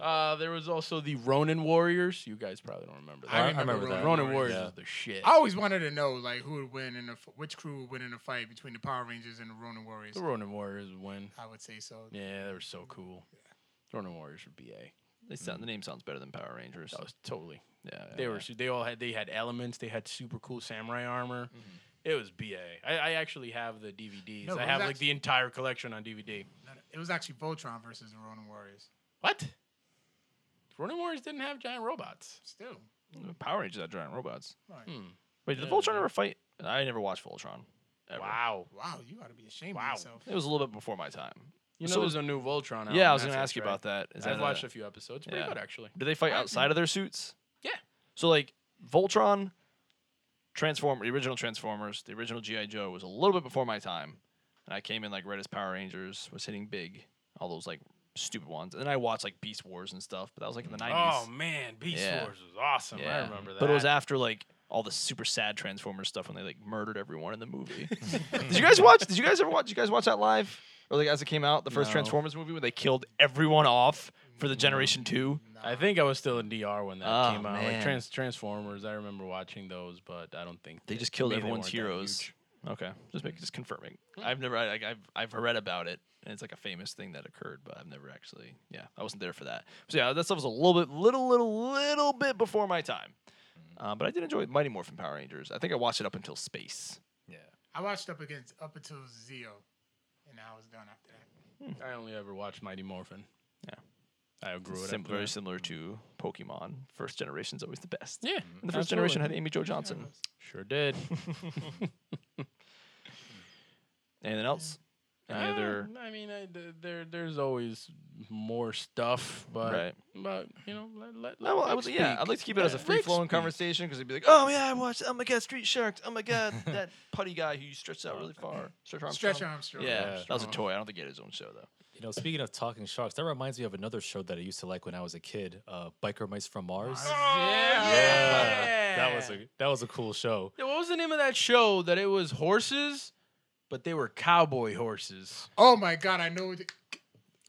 Uh, there was also the Ronin Warriors. You guys probably don't remember that. I I remember remember Ronin that. Ronin Warriors. Warriors Yeah. is the shit. I always wanted to know like who would win in a f- which crew would win in a fight between the Power Rangers and the Ronin Warriors. The Ronin Warriors would win. I would say so. Yeah, they were so cool. Ronin Warriors were BA. They sound, the name sounds better than Power Rangers. [LAUGHS] That was totally. yeah, yeah, They were. yeah. su- They all had. They had elements. They had super cool samurai armor. It was BA. I, I actually have the DVDs. No, I it have was like the entire collection on DVD. No, no, It was actually Voltron versus the Ronin Warriors. What? Ronin Warriors didn't have giant robots. Still, Power Rangers had giant robots. Right. Hmm. Wait, did Yeah, Voltron yeah. ever fight? I never watched Voltron. ever. Wow. wow, you got to be ashamed Wow. of yourself. It was a little bit before my time. You know, So- there's a new Voltron. Out yeah, I on was going to Netflix, ask you right? about that. Is I've that watched a, a few episodes. Pretty yeah. good actually. Do they fight outside of their suits? Yeah. So like Voltron, Transform, the original Transformers, the original GI Joe was a little bit before my time, and I came in like right as Power Rangers was hitting big, all those like stupid ones. And then I watched like Beast Wars and stuff, but that was like in the nineties. Oh man, Beast Yeah. Wars was awesome. I remember that. But it was after like all the super sad Transformers stuff when they like murdered everyone in the [LAUGHS] movie. did you guys watch? Did you guys ever watch? Did you guys watch that live? Or like as it came out, the first No. Mm-hmm. Transformers movie where they killed everyone off for the Generation Two. I think I was still in DR when that Oh, came out. Like man. trans- Transformers, I remember watching those, but I don't think They that- just killed maybe they everyone's weren't that heroes. huge. Okay, just make just confirming. I've never I, like, I've I've read about it, and it's like a famous thing that occurred, but I've never actually. Yeah, I wasn't there for that. So yeah, that stuff was a little bit, little, little, little bit before my time. Hmm. Uh, but I did enjoy Mighty Morphin Power Rangers. I think I watched it up until space. I watched up against up until Zeo, and I was done after that. I only ever watched Mighty Morphin. Hmm. Yeah. I grew it up. Sim- very there. similar to Pokemon. First generation's always the best. Yeah, And the first generation had Amy Jo Johnson. sure did. [LAUGHS] Anything else? Any Ah, other? I mean, I, th- there there's always more stuff, but Right. but you know, let let, No, well, I Nick would, yeah, I'd speak. like to keep it as a Let free Nick flowing speak. conversation because it'd be like, oh yeah, I watched, oh my god, Street Sharks, oh my god, that putty guy who you stretched out really far, Stretch Armstrong. Stretch Armstrong. Yeah, Yeah. that was a toy. I don't think he had his own show though. You know, speaking of talking sharks, that reminds me of another show that I used to like when I was a kid, uh, Biker Mice from Mars. Yeah. That was a that was a cool show. Yeah, what was the name of that show that it was horses, but they were cowboy horses? Oh my God, I know. The,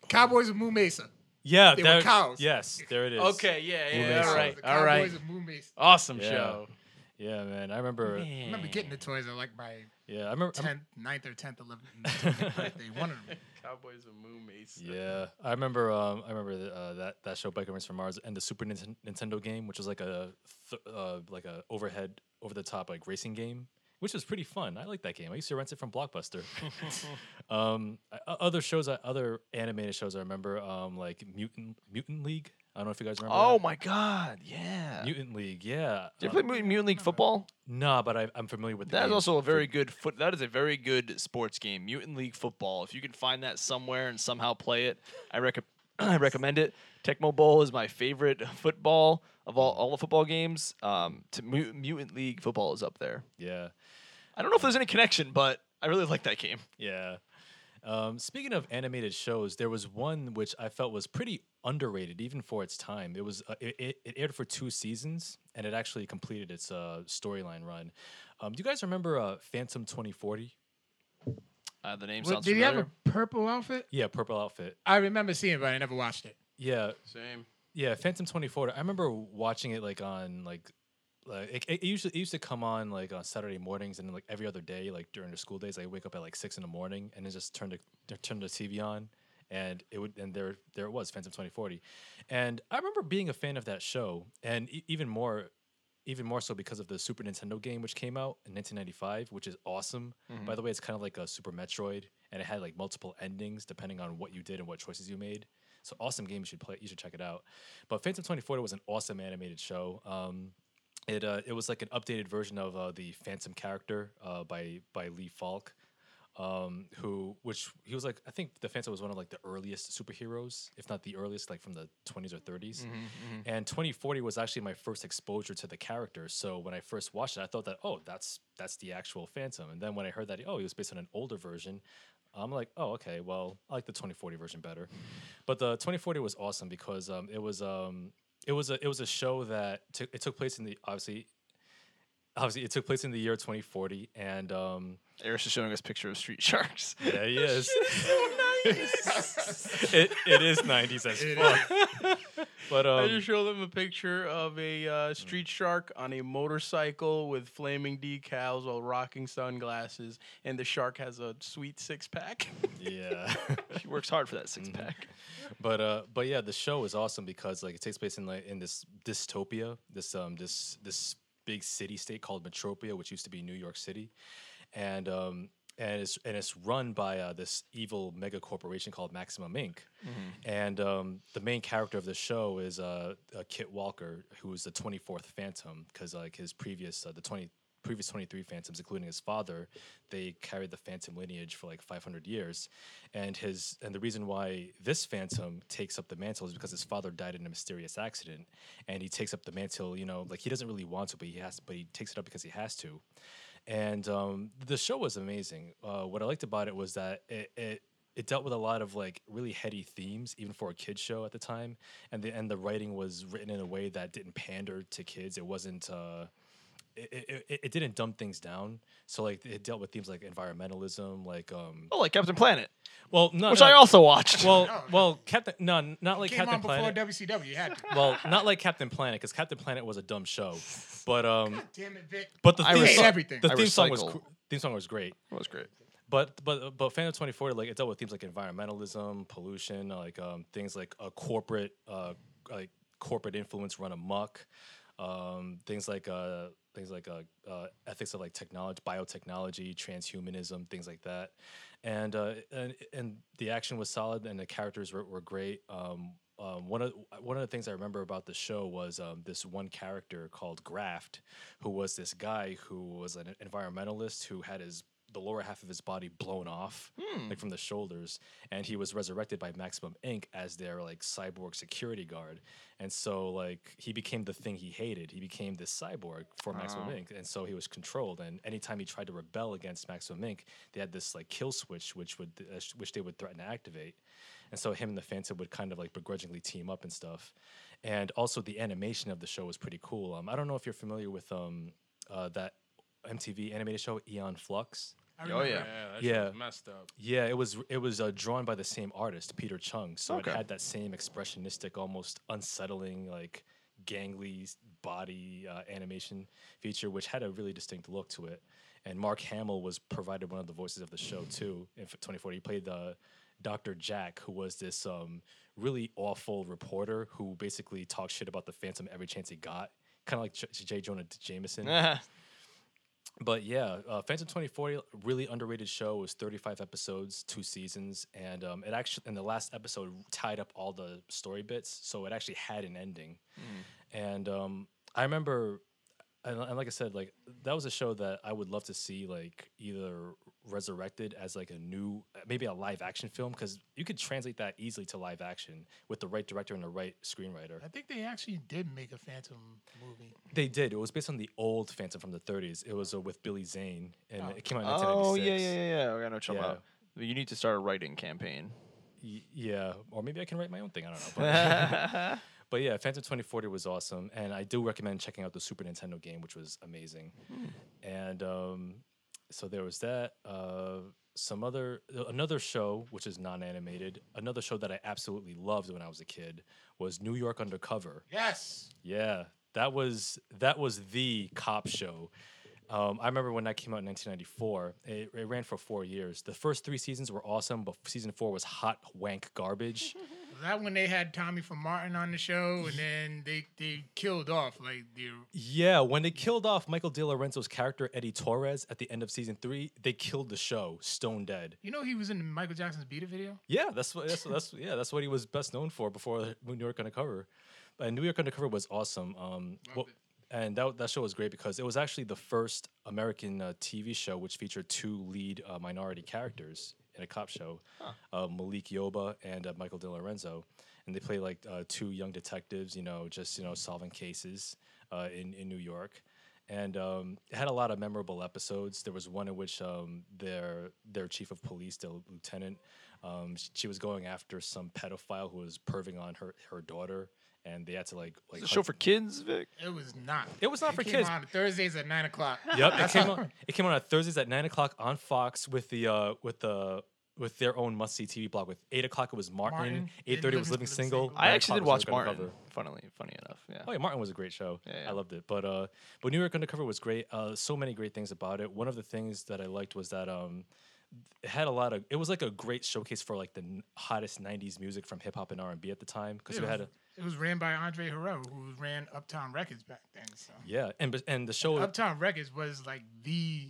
Cowboys of Moo Mesa. Yeah, They were that, cows. Yes, there it is. Okay, yeah, Moo yeah, Mesa. all right, The all Cowboys right. of Moo Mesa. Awesome Yeah. show. Yeah, man, I remember. I remember getting the toys. I like by Yeah, I remember. I remember- 10th, 9th or 10th, [LAUGHS] 11th birthday. One of them. Cowboys of Moon Mesa. yeah, I remember. Um, I remember the, uh, that that show Biker Mice from Mars and the Super Ninten- Nintendo game, which was like a th- uh, like a overhead, over the top like racing game, which was pretty fun. I like that game. I used to rent it from Blockbuster. [LAUGHS] um, I- o- other shows, I, other animated shows I remember, um, like Mutant Mutant League. I don't know if you guys remember. Oh that. my god, yeah. Mutant League, yeah. Did you Uh, play Mutant, Mutant League football? Nah, but I, I'm familiar with the That is game. also a very good foot. That is a very good sports game, Mutant League football. If you can find that somewhere and somehow play it, I recommend. [CLEARS THROAT] I recommend it. Tecmo Bowl is my favorite football of all all the football games. Um, to Mu- Mutant League football is up there. yeah. I don't know if there's any connection, but I really like that game. Yeah. Um, speaking of animated shows, there was one which I felt was pretty underrated, even for its time. It was uh, it, it, it aired for two seasons, and it actually completed its uh, storyline run. Um, do you guys remember uh, Phantom Twenty Forty? Uh, the name What- sounds did he familiar. have a purple outfit? Yeah, purple outfit. I remember seeing it, but I never watched it. Yeah, Same. yeah, Phantom Twenty Forty. I remember watching it like on like. Like it, it usually it used to come on like on Saturday mornings and like every other day like during the school days I wake up at like six in the morning and then just turn the turn the TV on and it would and there there it was Phantom Twenty Forty, and I remember being a fan of that show and e- even more even more so because of the Super Nintendo game which came out in 1995 which is awesome by the way it's kind of like a Super Metroid and it had like multiple endings depending on what you did and what choices you made so awesome game you should play you should check it out but Phantom 2040 was an awesome animated show. Um, it uh, it was like an updated version of uh, the Phantom character uh, by by Lee Falk, um, who which he was like I think the Phantom was one of like the earliest superheroes, if not the earliest, like from the 20s or 30s. And 2040 was actually my first exposure to the character. So when I first watched it, I thought that oh that's that's the actual Phantom. And then when I heard that oh he was based on an older version, I'm like, oh, okay. Well, I like the 2040 version better, but the 2040 was awesome because um, it was um, it was a it was a show that took it took place in the obviously obviously it took place in the year 2040 and um, Eris is showing us picture of Street [LAUGHS] Sharks. yeah, [LAUGHS] he is. [LAUGHS] it, it is 90s as It fuck. [LAUGHS] But I um, just show them a picture of a uh, street shark on a motorcycle with flaming decals while rocking sunglasses, and the shark has a sweet six pack. [LAUGHS] yeah. [LAUGHS] She works hard for that six pack. but uh but yeah the show is awesome because like it takes place in like in this dystopia this um this this big city state called metropia which used to be new york city and um and it's and it's run by uh, this evil mega corporation called maximum inc and um the main character of the show is uh, uh kit walker who is the 24th phantom because like his previous uh, the 20 previous 23 phantoms including his father they carried the phantom lineage for like 500 years and his and the reason why this phantom takes up the mantle is because his father died in a mysterious accident and he takes up the mantle you know like he doesn't really want to but he has but he takes it up because he has to and um, the show was amazing uh, what i liked about it was that it, it it dealt with a lot of like really heady themes, even for a kids show at the time. And the and the writing was written in a way that didn't pander to kids. It wasn't. Uh, it, it, it- it didn't dumb things down. So like it dealt with themes like environmentalism, like um. Oh, like Captain Planet, Well, no, which no, I also watched. [LAUGHS] Well, Oh, well, Captain. No, n- not like Came Captain on before Planet. WCW. [LAUGHS] You had to. well, not like Captain Planet, because Captain Planet was a dumb show. But [LAUGHS] um, Damn it, Vic. but the I theme recycle- song, everything. the I theme song was recycle. cr- theme song was great. [LAUGHS] that was great. But but but Phantom Twenty Four like it dealt with themes like environmentalism, pollution, like um, things like a corporate uh, like corporate influence run amok, um, things like uh, things like uh, uh, ethics of like technology, biotechnology, transhumanism, things like that, and uh, and and the action was solid and the characters were, were great. Um, um, one of one of the things I remember about the show was um, this one character called Graft, who was this guy who was an environmentalist who had his the lower half of his body blown off, like from the shoulders, and he was resurrected by Maximum Inc. as their like cyborg security guard, and so like he became the thing he hated. He became this cyborg for Maximum Inc. And so he was controlled. And anytime he tried to rebel against Maximum Inc., they had this like kill switch, which would uh, sh- which they would threaten to activate. And so him and the Phantom would kind of like begrudgingly team up and stuff. And also the animation of the show was pretty cool. Um, I don't know if you're familiar with um uh, that MTV animated show Eon Flux. Oh I remember yeah. it. that shit Yeah. was messed up. Yeah, it was it was uh, drawn by the same artist, Peter Chung. So Okay. it had that same expressionistic, almost unsettling, like gangly s- body uh, animation feature, which had a really distinct look to it. And Mark Hamill was provided one of the voices of the show too. In f- 2040, he played the Dr. Jack, who was this um, really awful reporter who basically talked shit about the Phantom every chance he got, kind of like J-, J. Jonah Uh-huh. Jameson. But yeah, uh, Phantom 2040, really underrated show. It was 35 episodes, two seasons, and um, it actually and the last episode tied up all the story bits, so it actually had an ending. And um, I remember, and, and like I said, like that was a show that I would love to see like either resurrected as like a new, maybe a live action film, because you could translate that easily to live action with the right director and the right screenwriter. I think they actually did make a Phantom movie. They did. It was based on the old Phantom from the 30s. It was uh, with Billy Zane, and Oh. it came out in Oh 1996. yeah, yeah, yeah, yeah. I know what you're talking Yeah. about. You need to start a writing [LAUGHS] campaign. Y- yeah, or maybe I can write my own thing. I don't know. [LAUGHS] But, yeah, but yeah, Phantom 2040 was awesome, and I do recommend checking out the Super Nintendo game, which was amazing. And um, so there was that. Uh, some other uh, another show which is non-animated. Another show that I absolutely loved when I was a kid was New York Undercover. Yes. Yeah, that was that was the cop show. Um, I remember when that came out in 1994. It, it ran for four years. The first three seasons were awesome, but season four was hot wank garbage. Was that when they had Tommy from Martin on the show, and then they they killed off like the Yeah, when they killed off Michael De Lorenzo's character Eddie Torres at the end of season three, they killed the show stone dead. you know he was in Michael Jackson's Beat It video. Yeah, that's what that's, that's yeah that's what he was best known for before New York Undercover. And New York Undercover was awesome. Um, what- and that that show was great because it was actually the first American uh, TV show which featured two lead uh, minority characters in a cop show, uh, Malik Yoba and uh, Michael De Lorenzo, and they play like uh, two young detectives, you know, just you know solving cases uh, in in New York. And um, it had a lot of memorable episodes. There was one in which um, their their chief of police, their lieutenant, um, sh- she was going after some pedophile who was perving on her, her daughter, and they had to like like Is it a show hunt- for kids, Vic. It was not. It was not it for came kids. On Thursdays at [LAUGHS] nine o'clock. Yep, it came on. It came on at Thursdays at nine o'clock on Fox with the uh, with the with their own must see TV block. With eight o'clock it was Martin. Martin, Eight thirty was then Living Living Single. Single. I nine actually o'clock did was watch Undercover. Martin. Funnily, funny enough, yeah. Oh yeah, Martin was a great show. Yeah, yeah. I loved it. But uh, but New York Undercover was great. Uh, so many great things about it. One of the things that I liked was that um, it had a lot of. It was like a great showcase for like the n- hottest '90s music from hip hop and R&B at the time because It you was, had a it was ran by Andre Harrell, who ran Uptown Records back then. So yeah, and bes- and the show Uptown Records was like the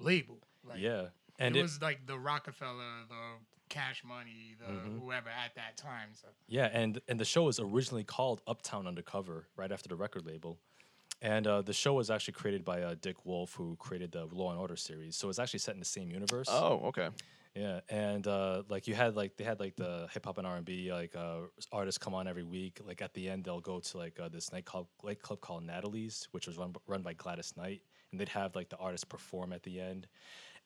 label. Like, yeah, and it, it, was like the Rockefeller, the Cash Money, the Mm-hmm. whoever at that time. So Yeah, and and the show was originally called Uptown Undercover, right after the record label. And uh, the show was actually created by uh, Dick Wolf, who created the Law and Order series. So it's actually set in the same universe. Oh, okay. Yeah, and uh, like you had like they had like the hip hop and R and B like uh, artists come on every week. Like at the end, they'll go to like uh, this nightclub nightclub called Natalie's, which was run b- run by Gladys Knight, and they'd have like the artists perform at the end.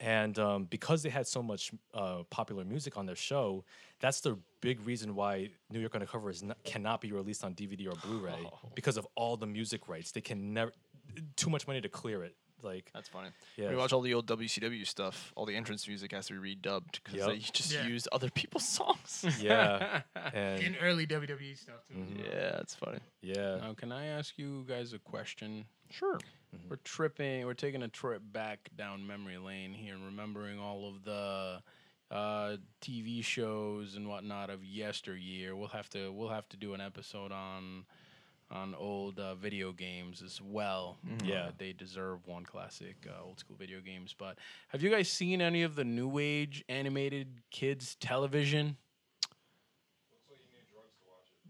And um, because they had so much uh, popular music on their show, that's the big reason why New York Undercover is not, cannot be released on DVD or Blu-ray because of all the music rights. They can never too much money to clear it. [LAUGHS] Like That's funny. Yes. We watch all the old WCW stuff. All the entrance music has to be redubbed because Yep. they just Yeah. used other people's [LAUGHS] songs. yeah, in and Mm-hmm. early WWE stuff. Too. yeah, that's funny. yeah. Now, can I ask you guys a question? Sure. We're tripping. We're taking a trip back down memory lane here and remembering all of the uh, TV shows and whatnot of yesteryear. We'll have to we'll have to do an episode on on old uh, video games as well. Yeah. Uh, they deserve one classic uh, old school video games. But have you guys seen any of the new age animated kids television?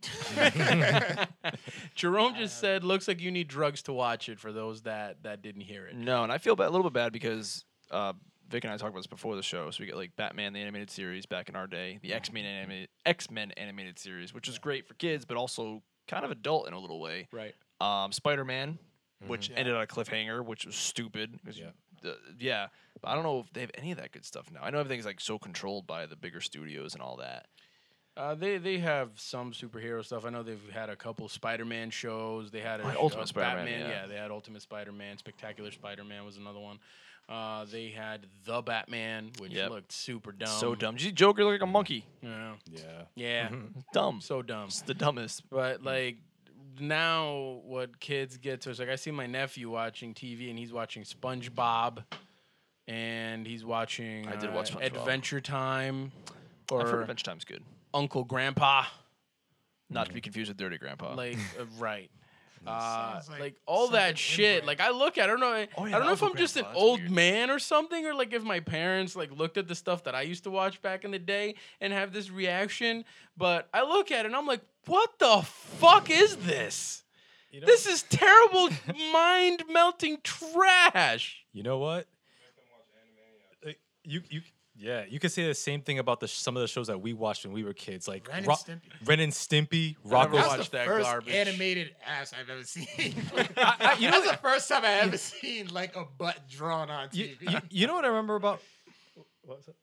[LAUGHS] Jerome just said, "Looks like you need drugs to watch it." For those that that didn't hear it, No, and I feel ba- a little bit bad because uh, Vic and I talked about this before the show. So we get like Batman the animated series back in our day, the X Men animated X Men animated series, which is great for kids, but also kind of adult in a little way. right? Um, Spider Man, which ended on a cliffhanger, which was stupid. 'cause you- the- yeah, but I don't know if they have any of that good stuff now. I know everything's like so controlled by the bigger studios and all that. Uh, they they have some superhero stuff. I know they've had a couple Spider-Man shows. They had a Like sh- Ultimate uh, Spider-Man, Batman, yeah. they had Ultimate Spider-Man. Spectacular Spider-Man was another one. Uh, they had the Batman, which Yep. looked super dumb. so dumb. Did you see Joker look like a monkey? Yeah, Yeah. yeah, Dumb. so dumb. It's the dumbest. But like now, what kids get to is like I see my nephew watching TV and he's watching SpongeBob, and he's watching I did uh, watch SpongeBob. Adventure Time I've heard or Adventure Time's good. Uncle Grandpa. Not to be confused with Dirty Grandpa. [LAUGHS] like uh, right uh, Sounds like, like all that something shit inbred. like i look at i don't know Oh, yeah, i don't know if Uncle i'm just an Grandpa, that's old weird. man or something or like if my parents like looked at the stuff that i used to watch back in the day and have this reaction but i look at it and i'm like what the fuck is this You know, this is [LAUGHS] terrible mind melting trash You know what? Uh, You you yeah. You could say the same thing about the sh- some of the shows that we watched when we were kids, like Ren and Ro- Stimpy. Ren and Stimpy, never Rocko's That's watched the that first garbage. animated ass I've ever seen. [LAUGHS] [LAUGHS] That's the first time I ever seen like a butt drawn on you, [LAUGHS] [LAUGHS] TV. you, you know what I remember about what's up?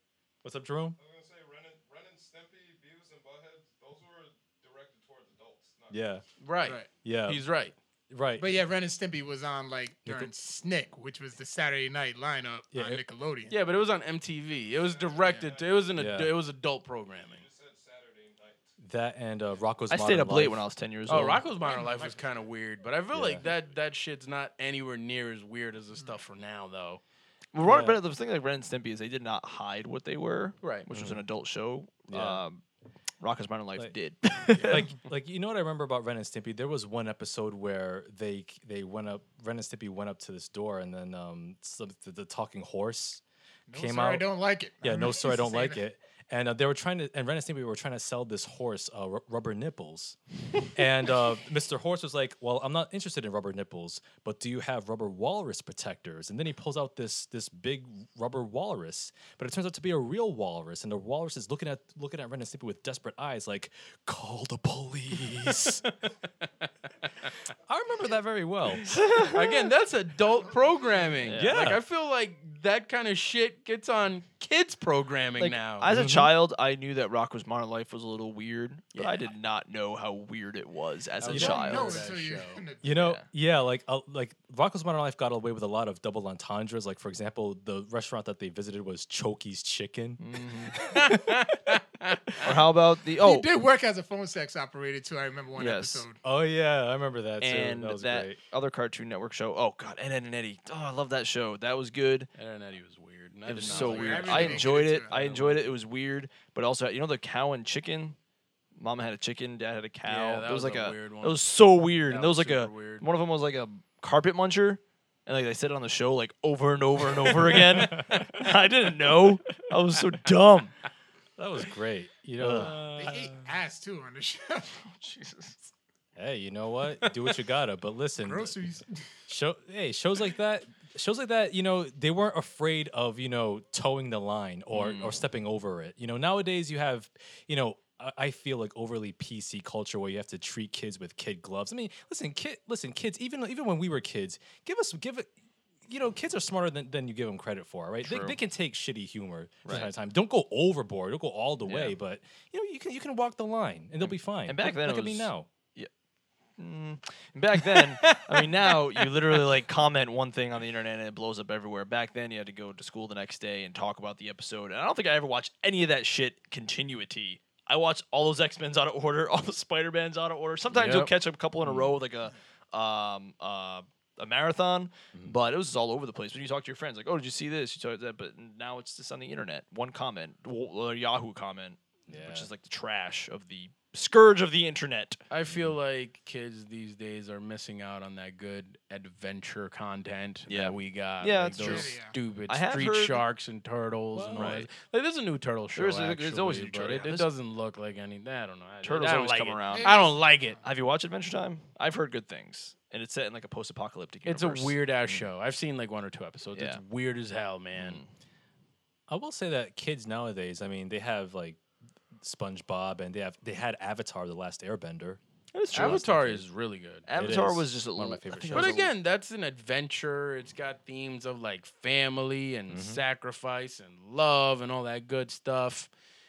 What's up, Jerome? I was gonna say Ren and, Ren and Stimpy, Beavis and Butthead. Those were directed towards adults. Not Yeah, right, Right. yeah, he's right right. But yeah, Ren and Stimpy was on like during Nickel- Snick, which was the Saturday night lineup Yeah, on it- Nickelodeon. yeah but it was on mtv it was directed to it was an ad- Yeah. it was adult programming You said Saturday night. that and uh, Rocco's. I stayed Modern up late Life. [LAUGHS] when I was 10 years Oh, old. Rocco's Modern Life was kind of weird, but I feel Yeah. like that that shit's not anywhere near as weird as the stuff for now, though. Well, Ron, Yeah. but the thing like Ren and Stimpy is they did not hide what they were, Right. Which was an adult show. Yeah. Um, Rocco's Modern Life Like- did. like like you know what I remember about Ren and Stimpy? There was one episode where they they went up Ren and Stimpy went up to this door and then um some, the, the talking horse No, came sorry, I out. don't like it. yeah, no remember sir, I used to don't say like [LAUGHS] that. it. And uh, they were trying to and Ren and Stimpy were trying to sell this horse uh, r- rubber nipples, and uh, Mr. Horse was like, "Well, I'm not interested in rubber nipples, but do you have rubber walrus protectors?" And then he pulls out this this big rubber walrus, but it turns out to be a real walrus, and the walrus is looking at looking at Ren and Stimpy with desperate eyes, like, "Call the police." I remember that very well. Again, that's adult programming. Yeah. like I feel like that kind of shit gets on kids programming Like, now. As a child, I knew that Rocco's Modern Life was a little weird, but I did not know how weird it was as a You You don't know child. that until you're show. in the- You know, Yeah. yeah, like uh, like Rocco's Modern Life got away with a lot of double entendres. Like for example, the restaurant that they visited was Chokey's Chicken. Mm. Or how about the oh, He did work as a phone sex operator too. I remember one Yes. episode. Oh yeah, I remember that too. and that that, was great. other Cartoon Network show? Oh God, Ed, Ed and Eddie. Oh, I love that show. That was good. Ed Eddie was weird. and I It did was not so like weird. Ed, I Everybody enjoyed did it. too. I enjoyed it. It was weird, but also you know the cow and chicken. Mama had a chicken. Dad had a cow. Yeah, that it was, was like a a. weird It one. was so weird, That and there was was like a. super weird. One of them was like a carpet muncher, and like they said it on the show like over and over and over again. [LAUGHS] I didn't know. I was so dumb. That was great. You know, They ate Uh, ass too on the [LAUGHS] show. [LAUGHS] Jesus. hey, you know what? Do what you gotta. But [LAUGHS] listen, Groceries. show hey shows like that. Shows like that, you know, they weren't afraid of you know towing the line or Mm. or stepping over it. You know, nowadays you have, you know, I- I feel like overly PC culture where you have to treat kids with kid gloves. I mean, listen, kid, listen, kids. Even even when we were kids, give us give it you know, kids are smarter than, than you give them credit for, right? They, True. they can take shitty humor from Right. time to time. Don't go overboard. Don't go all the Yeah. way, but you know, you can you can walk the line and they'll be fine. and back look, then look it at me was- now. Mm. And Back then, I mean, [LAUGHS] now you literally like comment one thing on the internet and it blows up everywhere. Back then, you had to go to school the next day and talk about the episode. And I don't think I ever watched any of that shit continuity. I watched all those X Men's out of order, all the Spider Man's out of order. Sometimes you'll Yep. catch a couple in a row, with, like a um uh, a marathon, but it was just all over the place. When you talk to your friends, like, oh, did you see this? You saw that, but now it's just on the internet. One comment, w- uh, Yahoo comment, which Yeah. is like the trash of the scourge of the internet. I feel like kids these days are missing out on that good adventure content Yeah. that we got. Yeah, that's like those true. Yeah. stupid I have street heard- sharks and turtles and all Right. that. Like, there's a new turtle show. There's a- actually, there's always a new but turtle, It, yeah. it This- doesn't look like any. I don't know. I, Turtles I don't always like come it. around. I don't like it. Have you watched Adventure Time? I've heard good things, and it's set in like a post-apocalyptic. It's a universe. Mm-hmm. weird ass show. I've seen like one or two episodes. Yeah. Mm-hmm. It's weird as hell, man. I will say that kids nowadays, I mean, they have like SpongeBob and they have they had Avatar the Last Airbender. It's true. Avatar is really good. Avatar is was just a one of l- my I favorite think it shows. was But a l- again, that's an adventure. It's got themes of like family Mm-hmm. and sacrifice and love and all that good stuff.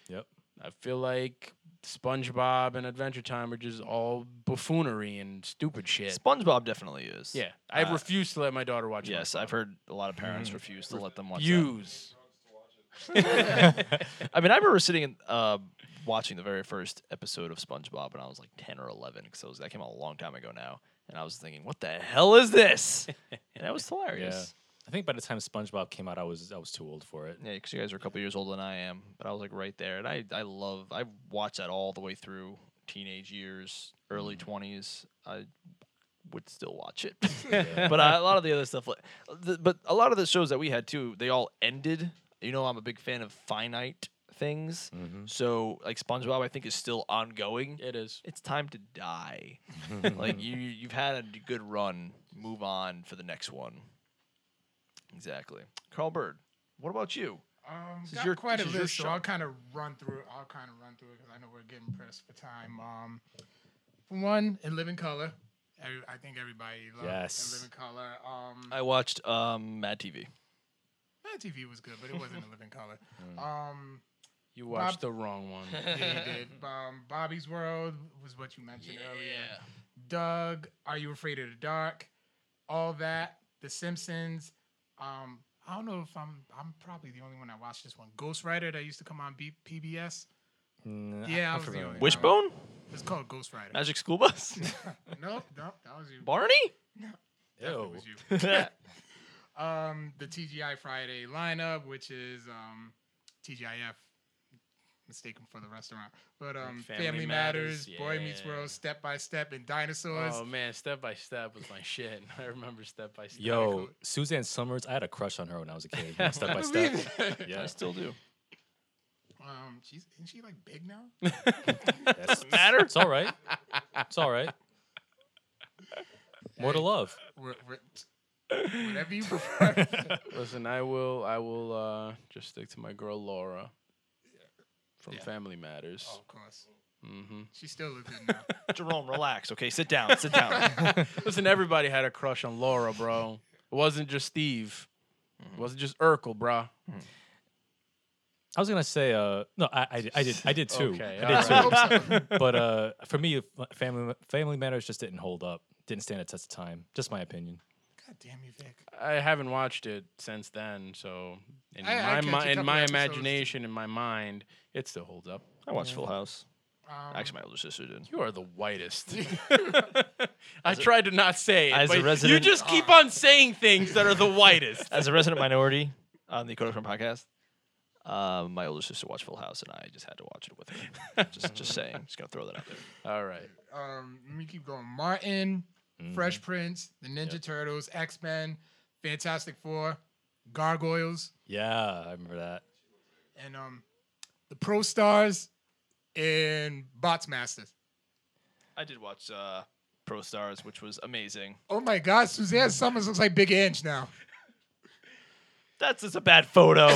Yep. I feel like SpongeBob and Adventure Time are just all buffoonery and stupid shit. SpongeBob definitely is. Yeah, I Uh, refuse to let my daughter watch. Yes, I've heard a lot of parents refuse to let them watch. that. Use. I mean, I remember sitting in, uh, watching the very first episode of SpongeBob when I was like ten or eleven because was that came out a long time ago now, and I was thinking, what the hell is [LAUGHS] this? and that was hilarious. I think by the time SpongeBob came out, I was I was too old for it. Yeah, because you guys are a couple years older than I am, but I was like right there, and I I love I watched that all the way through teenage years, early twenties. I would still watch it, [LAUGHS] but I, a lot of the other stuff, like, the, but a lot of the shows that we had too, they all ended. You know, I'm a big fan of finite things, so like SpongeBob, I think is still ongoing. It is. It's time to die. like you, you've had a good run. Move on for the next one. Exactly, Carl Bird. What about you? Um, This is got your- quite a this is your list, so I'll show. kind of run through. I'll kind of run through it because I know we're getting pressed for time. Um, for one, in Living Color, every, I think everybody loved Yes. In Living Color. Um, I watched um, Mad TV. Mad TV was good, but it wasn't In Living [LAUGHS] Color. Mm. Um, You watched Bob- the wrong one. yeah, you did. Um, Bobby's World was what you mentioned earlier. Doug, Are You Afraid of the Dark? All that, The Simpsons. Um, I don't know if I'm. I'm probably the only one that watched this one. Ghost Rider that used to come on B- PBS. Mm, Yeah, I I'm was the familiar only with one. that. Wishbone, It's called Ghost Rider. Magic School Bus, [LAUGHS] nope, nope, that was you. [LAUGHS] Barney. Definitely Ew. was [LAUGHS] you. yeah, Um, the TGI Friday lineup, which is um, TGIF, mistaken for the restaurant, but um, Family Family, Matters, Um, Matters, Boy Meets yeah. World, Step by Step, and Dinosaurs. Oh man, Step by Step was my [LAUGHS] shit. I remember Step by Step. Yo, Suzanne Summers, I had a crush on her when I was a kid. Step [LAUGHS] by step. Believe it. I Yeah. still do. Um, she's isn't she like big now? That's, Matter? It's all right. It's all right. More to love. Wha- wha- whatever you prefer. Oh, Listen, I will. I will uh, just stick to my girl Laura from Yeah. Family Matters. oh, of course, hmm she still looks good now. [LAUGHS] Jerome, relax. Okay, sit down. Sit down. [LAUGHS] [LAUGHS] Listen, everybody had a crush on Laura, bro. It wasn't just Steve. It wasn't just Urkel, bro. I was gonna say, uh, no, I, I, I did, I did too. Okay, I did all too. right. I hope so. but uh, for me, family Family Matters just didn't hold up. Didn't stand a test of time. Just my opinion. [LAUGHS] God damn you, Vic. I haven't watched it since then, so in I- I my catch a mi- in couple my episodes. imagination, in my mind, it still holds up. I watched Full House. Um, Actually, my older sister did. You are the [LAUGHS] whitest. [LAUGHS] I tried to not say it, as a but resident- you just Ah. keep on saying things that are the [LAUGHS] whitest. As a resident minority on the Code Crime podcast, um, my older sister watched Full House, and I just had to watch it with her. just, [LAUGHS] just saying. Just gonna throw that out there. All right. um, let me keep going. Martin, Fresh Prince, The Ninja Turtles, X Men, Fantastic Four, Gargoyles, Yeah, I remember that. and um, the Pro Stars, and Bots Masters. I did watch uh, Pro Stars, which was amazing. Oh my God, Suzanne Summers looks like Big Ange now. That's just a bad [LAUGHS] photo.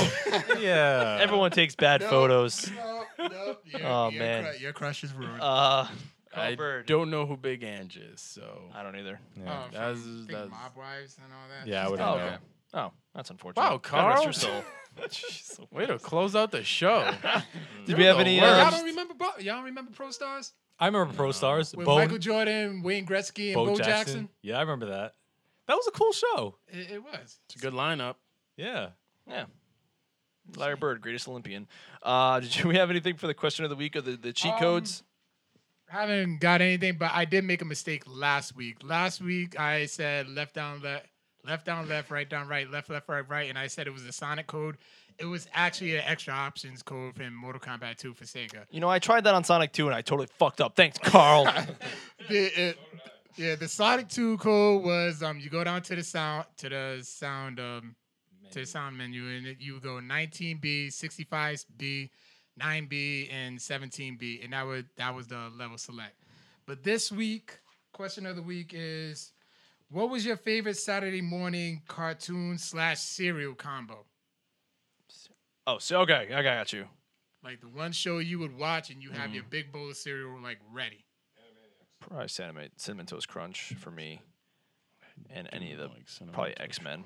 Yeah, Everyone takes bad photos. No, no, your, Oh, your man. cru- your crush is ruined. Uh, I Carl Bird. don't know who Big Ange is, so I don't either. Oh, Yeah. from that's- Big that's- Mob Wives and all that. Yeah, I She's would done Oh, know. that. okay. Oh, that's unfortunate. Wow, God rest Carl. your soul. [LAUGHS] Jeez, so Way to fast. close out [LAUGHS] the show. Did we have the any? worst. Y'all Uh, don't remember Bo- y'all don't remember Pro Stars I remember Pro Stars. with Bo, Michael Jordan, Wayne Gretzky, and Bo Bo, Jackson. Jackson. Yeah, I remember that. That was a cool show. It, it was. It's a good lineup. Yeah. yeah. Larry Bird, greatest Olympian. Uh, [LAUGHS] did you, we have anything for the question of the week or the, the cheat Um, codes? I haven't got anything, but I did make a mistake last week. Last week I said left down left, left down left, right down right, left left right right, and I said it was a Sonic code. It was actually an extra options code from Mortal Kombat 2 for Sega. You know, I tried that on Sonic 2 and I totally fucked up. Thanks, Carl. [LAUGHS] The, it- yeah, the Sonic 2 code was um you go down to the sound to the sound um to the sound menu and it, you would go 19B, 65B, 9B, and 17B, and that would that was the level select. But this week, question of the week is, what was your favorite Saturday morning cartoon slash cereal combo? oh, so okay, okay, I got you. Like the one show you would watch and you have your big bowl of cereal like ready. Probably Cinnamon, cinnamon Toast Crunch for me. And any of the like Cinnamon probably Toast X Men.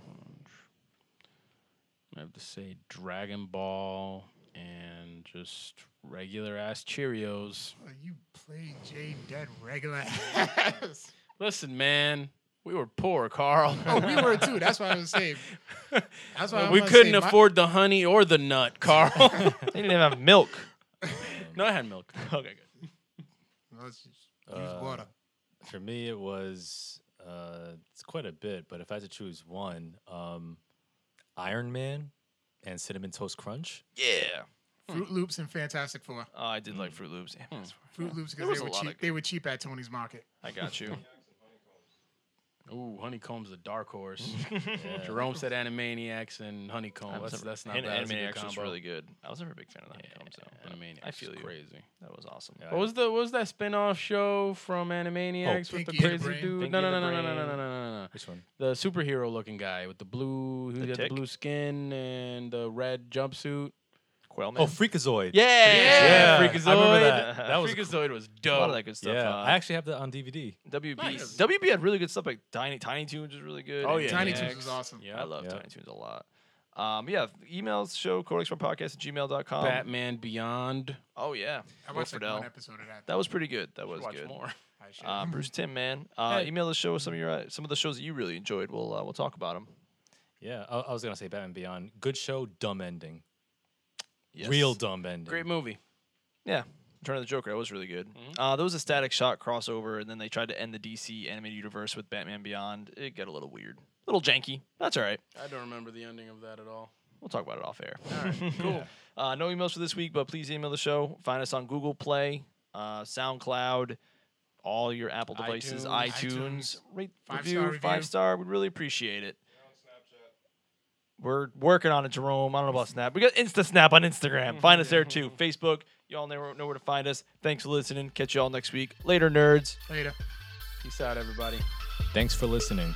I have to say Dragon Ball and just regular ass Cheerios. Oh, you play J Dead regular [LAUGHS] ass. Listen, man, we were poor, [LAUGHS] Carl. Oh, [LAUGHS] we were too. That's why I was saying. That's why I we wanna couldn't say my- afford the honey or [LAUGHS] the nut, Carl. They didn't even have milk. [LAUGHS] no, I had milk. [LAUGHS] Okay, good. No, it's just- Uh, use water. For me, it was uh, it's quite a bit, but if I had to choose one, um, Iron Man and Cinnamon Toast Crunch. Yeah. hmm. Fruit Loops and [LAUGHS] Fantastic Four. Oh, I did like Fruit Loops. Yeah, that's Hmm. fine. Fruit Loops There because was they a were lot of cheap. They were cheap at Tony's Market. I got [LAUGHS] you. Ooh, Honeycomb's a dark horse. [LAUGHS] [LAUGHS] Jerome said Animaniacs and Honeycomb. Oh, That's, never- that's not and bad. That's a Animaniacs good was combo. really good. I was never a big fan of the Honeycomb, so but Animaniacs. I feel is you. crazy. That was awesome. Yeah, What was the what was that spin-off show from Animaniacs with the Pinky and crazy the Brain. dude? Pinky No, no, and no, the no, no, no, no, Brain. no, no, no, no. Which one? The superhero looking guy with the blue, who The had the Tick? blue skin and the red jumpsuit. Quail Man. Oh, Freakazoid. Yeah, Yeah, Freakazoid. I [LAUGHS] remember that. That was a Freakazoid was a dope. lot of that good stuff. yeah. uh, I actually have that on DVD. WB Nice. WB had really good stuff like Tiny Tiny Toons was really good. Oh, and yeah. Tiny Next. Toons was awesome. Yeah. I love Yeah. Tiny Toons a lot. Um, yeah, emails show codex from podcast at gmail.com. Batman Beyond. Oh yeah. I Will watched like Friedle. one episode of that. That was pretty good. That was Watch good. more. I should- [LAUGHS] Uh, Bruce Tim, man, uh, Hey. email the show with some of your uh, some of the shows that you really enjoyed. We'll uh, we'll talk about them. Yeah, I, I was gonna say Batman Beyond. Good show, dumb ending. Yes. Real dumb ending. Great movie. Yeah. Return of the Joker. That was really good. Uh, there was a static shot crossover, and then they tried to end the DC animated universe with Batman Beyond. It got a little weird, a little janky. That's all right. I don't remember the ending of that at all. We'll talk about it off air. All right, [LAUGHS] cool. Uh, no emails for this week, but please email the show. Find us on Google Play, uh, SoundCloud, all your Apple devices, iTunes. iTunes. Rate, Five-star review, review. five star. We'd really appreciate it. We're working on it, Jerome. I don't know about Snap. We got Insta Snap on Instagram. Find us there too. Facebook. Y'all know, know where to find us. Thanks for listening. Catch y'all next week. Later, nerds. Later. Peace out, everybody. Thanks for listening.